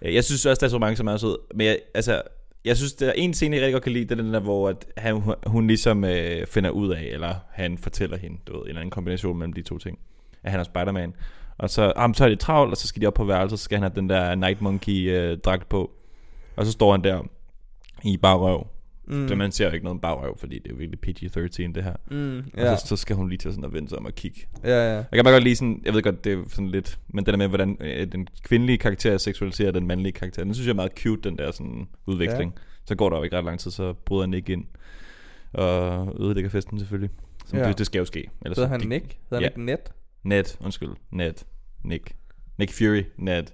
Speaker 1: Øh, Jeg synes også, der er så mange, som er meget sød. Men jeg, altså, jeg synes, der er en scene, jeg rigtig godt kan lide, det er den der, hvor at han, hun ligesom øh, finder ud af, eller han fortæller hende, du ved, en eller anden kombination mellem de to ting. At han er Spider-Man. Og så, ah, men så er det travlt, og så skal de op på værelset, og så skal han have den der Night Monkey-dragt på. Og så står han der i bare røv. Mm. Så man ser jo ikke noget bare røv, fordi det er jo virkelig PG-13, det her.
Speaker 2: Mm,
Speaker 1: Ja.
Speaker 2: ja,
Speaker 1: Og så, så, skal hun lige til sådan at vende sig om og kigge
Speaker 2: ja, ja.
Speaker 1: jeg kan bare godt lide sådan, jeg ved godt, det er sådan lidt, men den der med, hvordan øh, den kvindelige karakter seksualiserer den mandlige karakter, den synes jeg er meget cute, den der sådan udveksling. Ja. Så går der jo ikke ret lang tid, så bryder han ikke ind og ødelægger festen selvfølgelig. Som ja.
Speaker 2: Ja.
Speaker 1: det, det, skal jo ske. Ellers
Speaker 2: Hedder
Speaker 1: så-
Speaker 2: han
Speaker 1: altså, det-
Speaker 2: Nick? Hedder han
Speaker 1: Ja.
Speaker 2: ikke Net?
Speaker 1: Ned, undskyld. Ned. Nick. Nick Fury. Ned.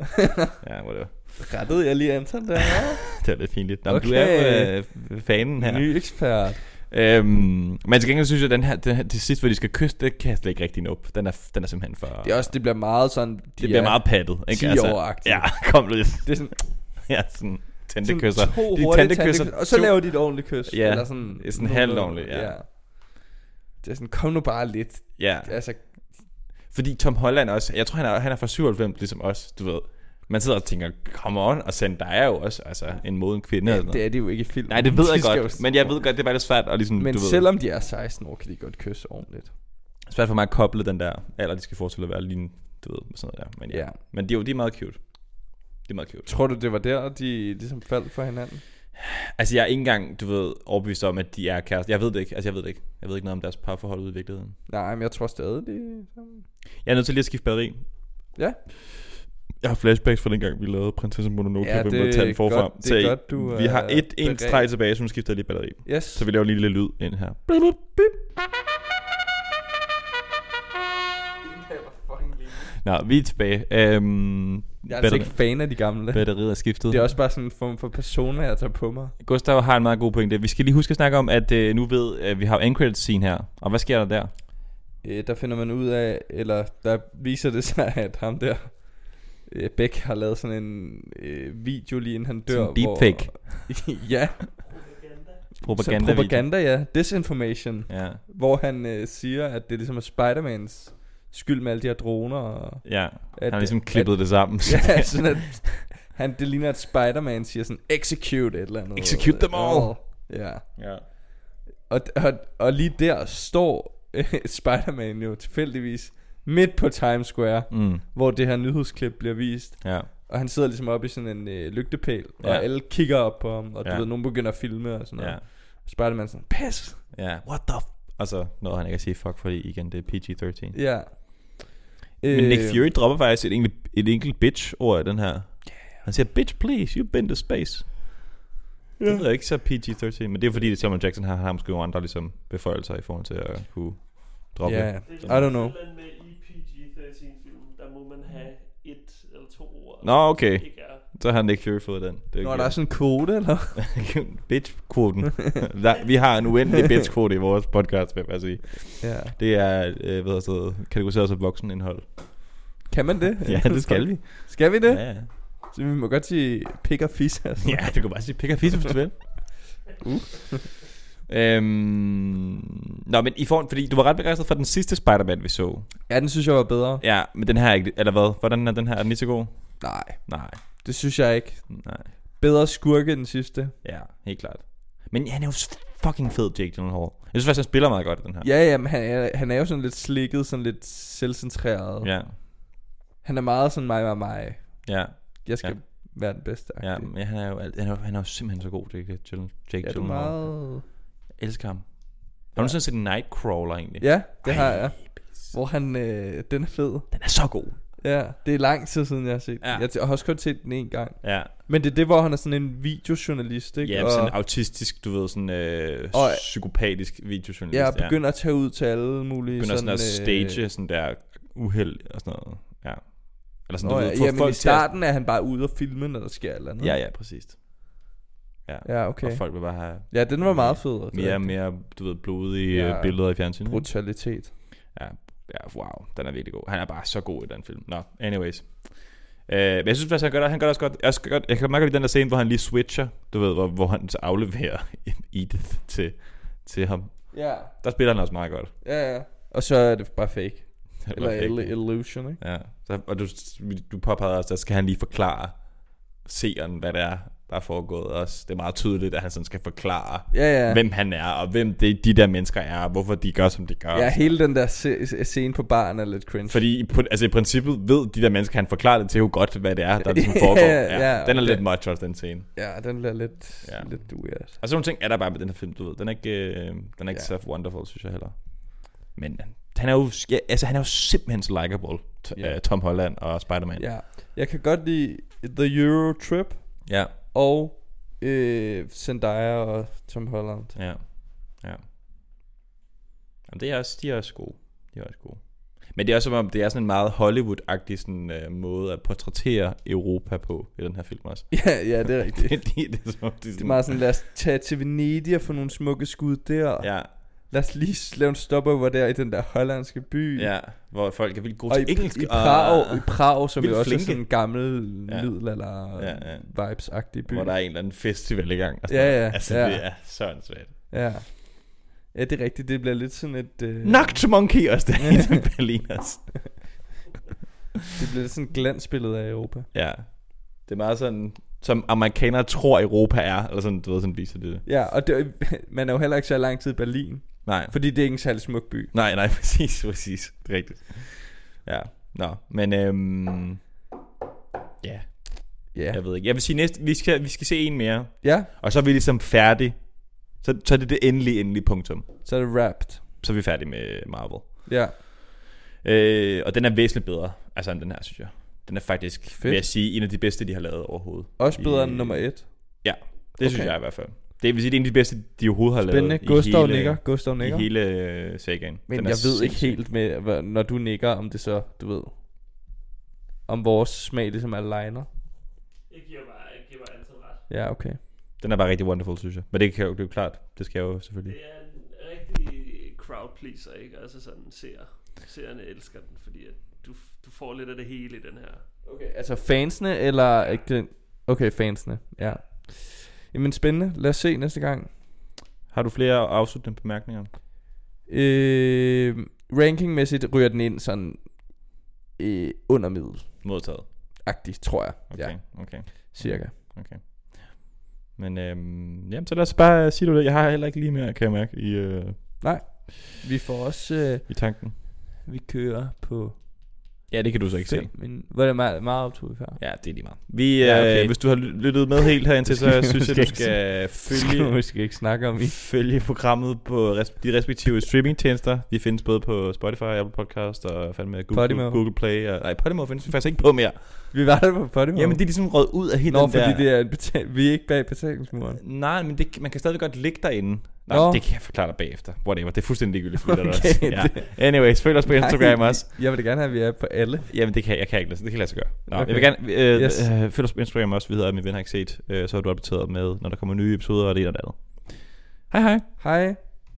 Speaker 1: ja, whatever.
Speaker 2: Rettede jeg lige Anton der?
Speaker 1: Det er lidt pinligt. Nå, okay. Du
Speaker 2: Okay.
Speaker 1: er jo øh, fanen her.
Speaker 2: ja. Ny ekspert.
Speaker 1: Øhm, men til gengæld synes jeg, at den her, den her, til sidst, hvor de skal kysse, det kan jeg slet ikke rigtig nå op. Den er, den er simpelthen for...
Speaker 2: Det, er også, det bliver meget sådan... De
Speaker 1: det bliver
Speaker 2: er
Speaker 1: meget pattet. Ikke? Altså,
Speaker 2: 10 år
Speaker 1: Ja, kom lidt.
Speaker 2: Det er sådan,
Speaker 1: Ja, sådan
Speaker 2: sådan
Speaker 1: tændekysser.
Speaker 2: to
Speaker 1: De
Speaker 2: hurtige
Speaker 1: tantekysser.
Speaker 2: tantekysser. Og så
Speaker 1: To-
Speaker 2: laver de et ordentligt kys.
Speaker 1: Ja,
Speaker 2: Eller sådan...
Speaker 1: det er sådan halvt ordentligt, ja.
Speaker 2: Det er sådan, kom nu bare lidt.
Speaker 1: Ja,
Speaker 2: Altså,
Speaker 1: fordi Tom Holland også, jeg tror han er, han er fra 97 ligesom os, du ved. Man sidder og tænker, come on, og Zendaya er jo også altså, en moden kvinde. Ja,
Speaker 2: ja, det er de jo ikke i film.
Speaker 1: Nej, det ved
Speaker 2: De
Speaker 1: jeg
Speaker 2: skal
Speaker 1: godt,
Speaker 2: jo-
Speaker 1: men jeg ved godt, det er bare lidt svært at ligesom,
Speaker 2: Men
Speaker 1: du ved,
Speaker 2: selvom de er 16 år, kan de godt kysse ordentligt.
Speaker 1: svært for mig at koble den der alder, de skal forestille at være lige, du ved, med sådan noget der. Men, ja.
Speaker 2: Ja.
Speaker 1: Men de, er jo- de er meget cute. De er meget cute.
Speaker 2: Tror du, det var der, de ligesom faldt for hinanden?
Speaker 1: Altså, jeg er ikke engang, du ved, overbevist om, at de er kærester. Jeg ved det ikke. Altså, jeg ved det ikke. Jeg ved ikke noget om deres parforhold ude i virkeligheden.
Speaker 2: Nej, men jeg tror stadig, de er sammen.
Speaker 1: Jeg er nødt til lige at skifte batteri.
Speaker 2: Ja.
Speaker 1: Jeg har flashbacks fra dengang, vi lavede Prinsesse Mononoke, ja,
Speaker 2: Ja,
Speaker 1: vi
Speaker 2: det
Speaker 1: måtte tage
Speaker 2: er
Speaker 1: den forfra.
Speaker 2: godt- det er godt, du øh,
Speaker 1: vi
Speaker 2: er
Speaker 1: har et, en
Speaker 2: beredt.
Speaker 1: streg tilbage, så nu skifter jeg lige batteri.
Speaker 2: Yes.
Speaker 1: Så vi laver lige lidt lyd ind her. Nå, vi er tilbage. Øhm,
Speaker 2: Jeg er altså ikke
Speaker 1: batteri-
Speaker 2: fan af de gamle.
Speaker 1: batteriet er skiftet.
Speaker 2: Det er også bare sådan en form for persona, jeg tager på mig.
Speaker 1: Gustav har en meget god pointe. Vi skal lige huske at snakke om, at øh, nu ved øh, vi har end credits scene her. Og hvad sker der der?
Speaker 2: Øh, der finder man ud af, eller der viser det sig, at ham der, øh, Beck, har lavet sådan en øh, video lige inden han dør.
Speaker 1: Sådan en deepfake.
Speaker 2: Hvor, ja,
Speaker 1: Propaganda.
Speaker 2: propaganda, propaganda ja. Disinformation.
Speaker 1: Ja,
Speaker 2: Hvor han øh, siger, at det ligesom er Spider-Mans skyld med alle de her droner. Og,
Speaker 1: ja.
Speaker 2: at, øh,
Speaker 1: Han har ligesom klippet det sammen.
Speaker 2: At, ja, sådan at, han, det ligner, at Spider-Man siger sådan, execute et eller andet.
Speaker 1: Execute them all.
Speaker 2: Ja.
Speaker 1: ja.
Speaker 2: Og, og, og lige der står øh, Spider-Man jo tilfældigvis midt på Times Square,
Speaker 1: Mm,
Speaker 2: hvor det her nyhedsklip bliver vist.
Speaker 1: ja.
Speaker 2: Og han sidder ligesom oppe i sådan en øh, lygtepæl, og
Speaker 1: Ja.
Speaker 2: alle kigger op på ham, og du
Speaker 1: Ja.
Speaker 2: ja. ved, nogen begynder at filme og sådan noget.
Speaker 1: ja.
Speaker 2: Ja. Spider-Man er sådan, pas!
Speaker 1: Ja. What the f... Og så nåede han ikke at sige fuck, fordi igen, det er PG-13.
Speaker 2: Ja.
Speaker 1: Mm.
Speaker 2: Øh,
Speaker 1: Men Nick Fury dropper faktisk et enkelt, et enkelt bitch-ord i den her. Han siger, bitch please, you've been to space. Yeah. Det lyder ikke så PG-13, men det er fordi, det Samuel Jackson har, har måske nogle andre ligesom, beføjelser i forhold til at kunne droppe.
Speaker 2: Ja,
Speaker 6: er
Speaker 2: I don't know.
Speaker 6: sådan med E i PG-13-film, der må man have et eller to ord.
Speaker 1: Nå, okay.
Speaker 6: Ikke er.
Speaker 1: Så har Nick Fury fået den. Det
Speaker 2: Nå, er der sådan en kvote, eller?
Speaker 1: sådan... bitch-kvoten. der, vi har en uendelig bitch-kvote i vores podcast, vil jeg bare sige.
Speaker 2: ja.
Speaker 1: Det er, øh, hvad hedder det, kategoriseret som voksenindhold.
Speaker 2: Kan man det?
Speaker 1: Ja, det skal vi.
Speaker 2: Skal vi det?
Speaker 1: Ja, ja.
Speaker 2: Så vi må godt sige pik og fisse. Altså.
Speaker 1: Ja, du kan bare sige pik og fisse, hvis du vil. Uh. øhm, nå, men i form, fordi du var ret begejstret for den sidste Spider-Man, vi så.
Speaker 2: Ja, den synes jeg var bedre.
Speaker 1: Ja, men den her er ikke, eller hvad? Hvordan er den her? Er den lige så god?
Speaker 2: Nej,
Speaker 1: Nej,
Speaker 2: det synes jeg ikke.
Speaker 1: nej.
Speaker 2: Bedre skurke end sidste.
Speaker 1: Ja, helt klart. Men han er jo s- fucking fed, Jake Gyllenhaal. Jeg synes faktisk, han spiller meget godt i den her.
Speaker 2: Ja, ja, men han er, han er jo sådan lidt slikket, sådan lidt selvcentreret.
Speaker 1: Ja,
Speaker 2: Han er meget sådan mig, mig, mig.
Speaker 1: ja,
Speaker 2: Jeg skal være den bedste.
Speaker 1: ja.
Speaker 2: agtig.
Speaker 1: Men han er jo, alt- han er, jo- han er jo simpelthen så god, Jake, Gyllen- Jake
Speaker 2: ja, du er
Speaker 1: Gyllenhaal.
Speaker 2: meget...
Speaker 1: Jeg elsker ham. Har du nogensinde set Nightcrawler egentlig?
Speaker 2: Ja, det
Speaker 1: Ej,
Speaker 2: har jeg. Hvor han, øh, den er fed.
Speaker 1: Den er så god.
Speaker 2: Ja, det er lang tid siden, jeg har set den.
Speaker 1: Ja.
Speaker 2: Jeg t- har også kun set den en gang.
Speaker 1: Ja,
Speaker 2: Men det er det, hvor han er sådan en videojournalist, ikke?
Speaker 1: ja
Speaker 2: og,
Speaker 1: sådan autistisk, du ved, sådan øh,
Speaker 2: Og-
Speaker 1: psykopatisk videojournalist.
Speaker 2: ja, begynder at tage ud til alle mulige
Speaker 1: begynder sådan,
Speaker 2: sådan,
Speaker 1: at
Speaker 2: øh,
Speaker 1: stage sådan der uheld og sådan noget. Ja. Eller sådan,
Speaker 2: Nå,
Speaker 1: du
Speaker 2: ja,
Speaker 1: ved, få
Speaker 2: ja, men i
Speaker 1: folk til at-
Speaker 2: starten er han bare ude og filme, når der sker et eller andet.
Speaker 1: Ja, ja, præcis. Ja, ja
Speaker 2: Ja,
Speaker 1: okay.
Speaker 2: okay.
Speaker 1: og folk vil bare have
Speaker 2: Ja, den var meget fed. altså. og det
Speaker 1: mere
Speaker 2: er
Speaker 1: og mere, du ved, blodige
Speaker 2: Ja.
Speaker 1: ja. billeder i fjernsynet. ikke?
Speaker 2: Brutalitet.
Speaker 1: Ja, wow, den er virkelig god. Han er bare så god i den film. Nå, anyways. Øh, men jeg synes faktisk, han gør det, han gør det også godt. Jeg, skal godt. jeg kan meget godt lide den der scene, hvor han lige switcher, du ved, hvor, hvor han så afleverer Edith til, til ham.
Speaker 2: Ja,
Speaker 1: Der spiller han også meget godt.
Speaker 2: ja, ja. Og så er det bare fake.
Speaker 1: Det er
Speaker 2: Eller
Speaker 1: perfekt.
Speaker 2: ill- illusion, ikke?
Speaker 1: Ja, så, og du, du påpegede også, der skal han lige forklare seeren, hvad det er, der er foregået også. Det er meget tydeligt, at han sådan skal forklare,
Speaker 2: Ja, ja.
Speaker 1: ja. hvem han er, og hvem det, de der mennesker er, og hvorfor de gør, som de gør.
Speaker 2: Ja, hele den der se- se- scene på baren er lidt cringe.
Speaker 1: Fordi i prin- altså, i princippet ved de der mennesker, han forklarer det til jo godt, hvad det er, der ligesom
Speaker 2: Ja,
Speaker 1: foregår.
Speaker 2: ja,
Speaker 1: den er
Speaker 2: det-
Speaker 1: lidt much også, den scene.
Speaker 2: Ja, den bliver lidt, ja.
Speaker 1: Ja.
Speaker 2: lidt weird. altså.
Speaker 1: Og sådan nogle ting er der bare med den her film, du ved. Den er ikke, øh, den er ikke
Speaker 2: Ja.
Speaker 1: så wonderful, synes jeg heller. Men øh, han er jo, ja, altså, han er jo simpelthen så likable, t-
Speaker 2: Ja.
Speaker 1: øh, Tom Holland og Spider-Man.
Speaker 2: Ja. Jeg kan godt lide The Euro Trip
Speaker 1: ja.
Speaker 2: og øh, Zendaya og Tom Holland.
Speaker 1: Ja. Ja. Jamen, det er også, de er også gode. De er også gode. Men det er også som om, det er sådan en meget Hollywood-agtig sådan, øh, måde at portrættere Europa på i den her film også.
Speaker 2: Ja, ja, det er rigtigt.
Speaker 1: det, det, det, er, som om, de
Speaker 2: Det er meget sådan, lad os tage til Venedig og få nogle smukke skud der.
Speaker 1: Ja,
Speaker 2: Lad os lige lave en stopover der i den der hollandske by.
Speaker 1: ja, hvor folk er vildt gode
Speaker 2: Og
Speaker 1: til
Speaker 2: i,
Speaker 1: engelsk.
Speaker 2: i, Prag, i Prag, som
Speaker 1: Vildt
Speaker 2: jo også er
Speaker 1: flinke.
Speaker 2: sådan en gammel ja.
Speaker 1: Ja.
Speaker 2: middelalder
Speaker 1: Ja, ja.
Speaker 2: vibes-agtig by.
Speaker 1: Hvor der er en eller anden festival i gang. og
Speaker 2: Ja,
Speaker 1: noget.
Speaker 2: ja,
Speaker 1: Altså,
Speaker 2: ja.
Speaker 1: det er sådan svært.
Speaker 2: Ja. ja, det er rigtigt. Det bliver lidt sådan et... Øh,
Speaker 1: Knocked Monkey også, der er i Berlin også.
Speaker 2: Det bliver lidt sådan et glansbillede af Europa.
Speaker 1: Ja. Det er meget sådan, som amerikanere tror Europa er. Eller sådan, du ved, sådan viser det det.
Speaker 2: Ja, og det, man er jo heller ikke så lang tid i Berlin,
Speaker 1: Nej.
Speaker 2: fordi det er ikke en særlig smuk by.
Speaker 1: Nej, nej, præcis, præcis. Det er rigtigt. Ja, nå, men øhm, ja,
Speaker 2: Ja.
Speaker 1: jeg ved ikke. Jeg vil sige næste, vi skal, vi skal se en mere,
Speaker 2: Ja,
Speaker 1: og så er vi ligesom færdige. Så, så er det det endelige, endelige punktum.
Speaker 2: så er det wrapped.
Speaker 1: Så er vi færdige med Marvel.
Speaker 2: Ja.
Speaker 1: Øh, og den er væsentligt bedre, altså end den her, synes jeg. Den er faktisk, Fedt.
Speaker 2: Fedt.
Speaker 1: vil jeg sige, en af de bedste, de har lavet overhovedet.
Speaker 2: Også bedre end
Speaker 1: I-
Speaker 2: nummer et.
Speaker 1: Det okay. synes
Speaker 2: Okay.
Speaker 1: jeg i hvert fald. Det vil sige, det er en af de bedste, de overhovedet har
Speaker 2: Spændende.
Speaker 1: lavet. i
Speaker 2: Gustav
Speaker 1: hele-
Speaker 2: nikker. Gustav nikker.
Speaker 1: I hele øh, sagaen.
Speaker 2: Men
Speaker 1: Den er
Speaker 2: jeg ved ikke
Speaker 1: sindssyg.
Speaker 2: helt med, hvad- når du nikker, om det så, du ved, om vores smag ligesom er liner.
Speaker 6: Jeg giver bare, jeg giver bare altid ret.
Speaker 2: Ja, okay.
Speaker 1: Den er bare rigtig wonderful, synes jeg. Men det kan jo det er jo klart. Det skal jeg jo selvfølgelig.
Speaker 6: Det er en rigtig crowd pleaser, ikke? Altså sådan seer. Seerne elsker den, fordi at du, du får lidt af det hele i den her.
Speaker 2: Okay, altså fansene, eller ikke den? Okay, fansene, ja. Jamen spændende, lad os se næste gang.
Speaker 1: Har du flere afsluttende bemærkninger?
Speaker 2: Øh, rankingmæssigt ryger den ind sådan øh, under middel-agtigt,
Speaker 1: Modtaget.
Speaker 2: tror jeg.
Speaker 1: Okay,
Speaker 2: Ja,
Speaker 1: ja. okay.
Speaker 2: cirka.
Speaker 1: Men øhm, jamen, så lad os bare sige det. Jeg har heller ikke lige mere, kan jeg mærke, i, øh,
Speaker 2: Vi får også, øh,
Speaker 1: i tanken.
Speaker 2: vi kører på
Speaker 1: Ja, det kan du så ikke
Speaker 2: fem, men hvor er det meget, meget optog vi før?
Speaker 1: Ja, det er lige meget. Vi, øh,
Speaker 2: Ja, okay.
Speaker 1: Hvis du har lyt- lyttet med helt herindtil, så
Speaker 2: Skal-
Speaker 1: synes jeg, du
Speaker 2: skal-
Speaker 1: skal
Speaker 2: Skal vi
Speaker 1: følge,
Speaker 2: måske ikke snakke om i.
Speaker 1: følge programmet på res- de respektive streamingtjenester. Vi findes både på Spotify, Apple Podcast og fandme Google,
Speaker 2: Podimo.
Speaker 1: Google Play. Og, nej, Podimo findes vi faktisk ikke på mere.
Speaker 2: Vi var der på Podimo.
Speaker 1: Jamen, det er ligesom rødt ud af hele
Speaker 2: Nå,
Speaker 1: den
Speaker 2: fordi
Speaker 1: der...
Speaker 2: det er en betal- vi er ikke bag betalingsmuren.
Speaker 1: Nej, men det, man kan stadig godt ligge derinde. Nej,
Speaker 2: Nå.
Speaker 1: det kan jeg forklare dig bagefter. Whatever, det er fuldstændig ligegyldigt. Okay, også.
Speaker 2: Okay,
Speaker 1: Ja. Anyways, følg os på Instagram
Speaker 2: Nej,
Speaker 1: også.
Speaker 2: Jeg vil da gerne have, at vi er på alle.
Speaker 1: Jamen, det kan jeg kan jeg ikke. lade- Det kan jeg lade sig gøre. Nå,
Speaker 2: Okay.
Speaker 1: okay. jeg vil gerne, øh,
Speaker 2: Yes.
Speaker 1: yes. øh, følg os på Instagram også. Vi hedder, at min ven har ikke set. Øh, så er du opdateret med, når der kommer nye episoder og det ene og det andet. Hej hej.
Speaker 2: Hej.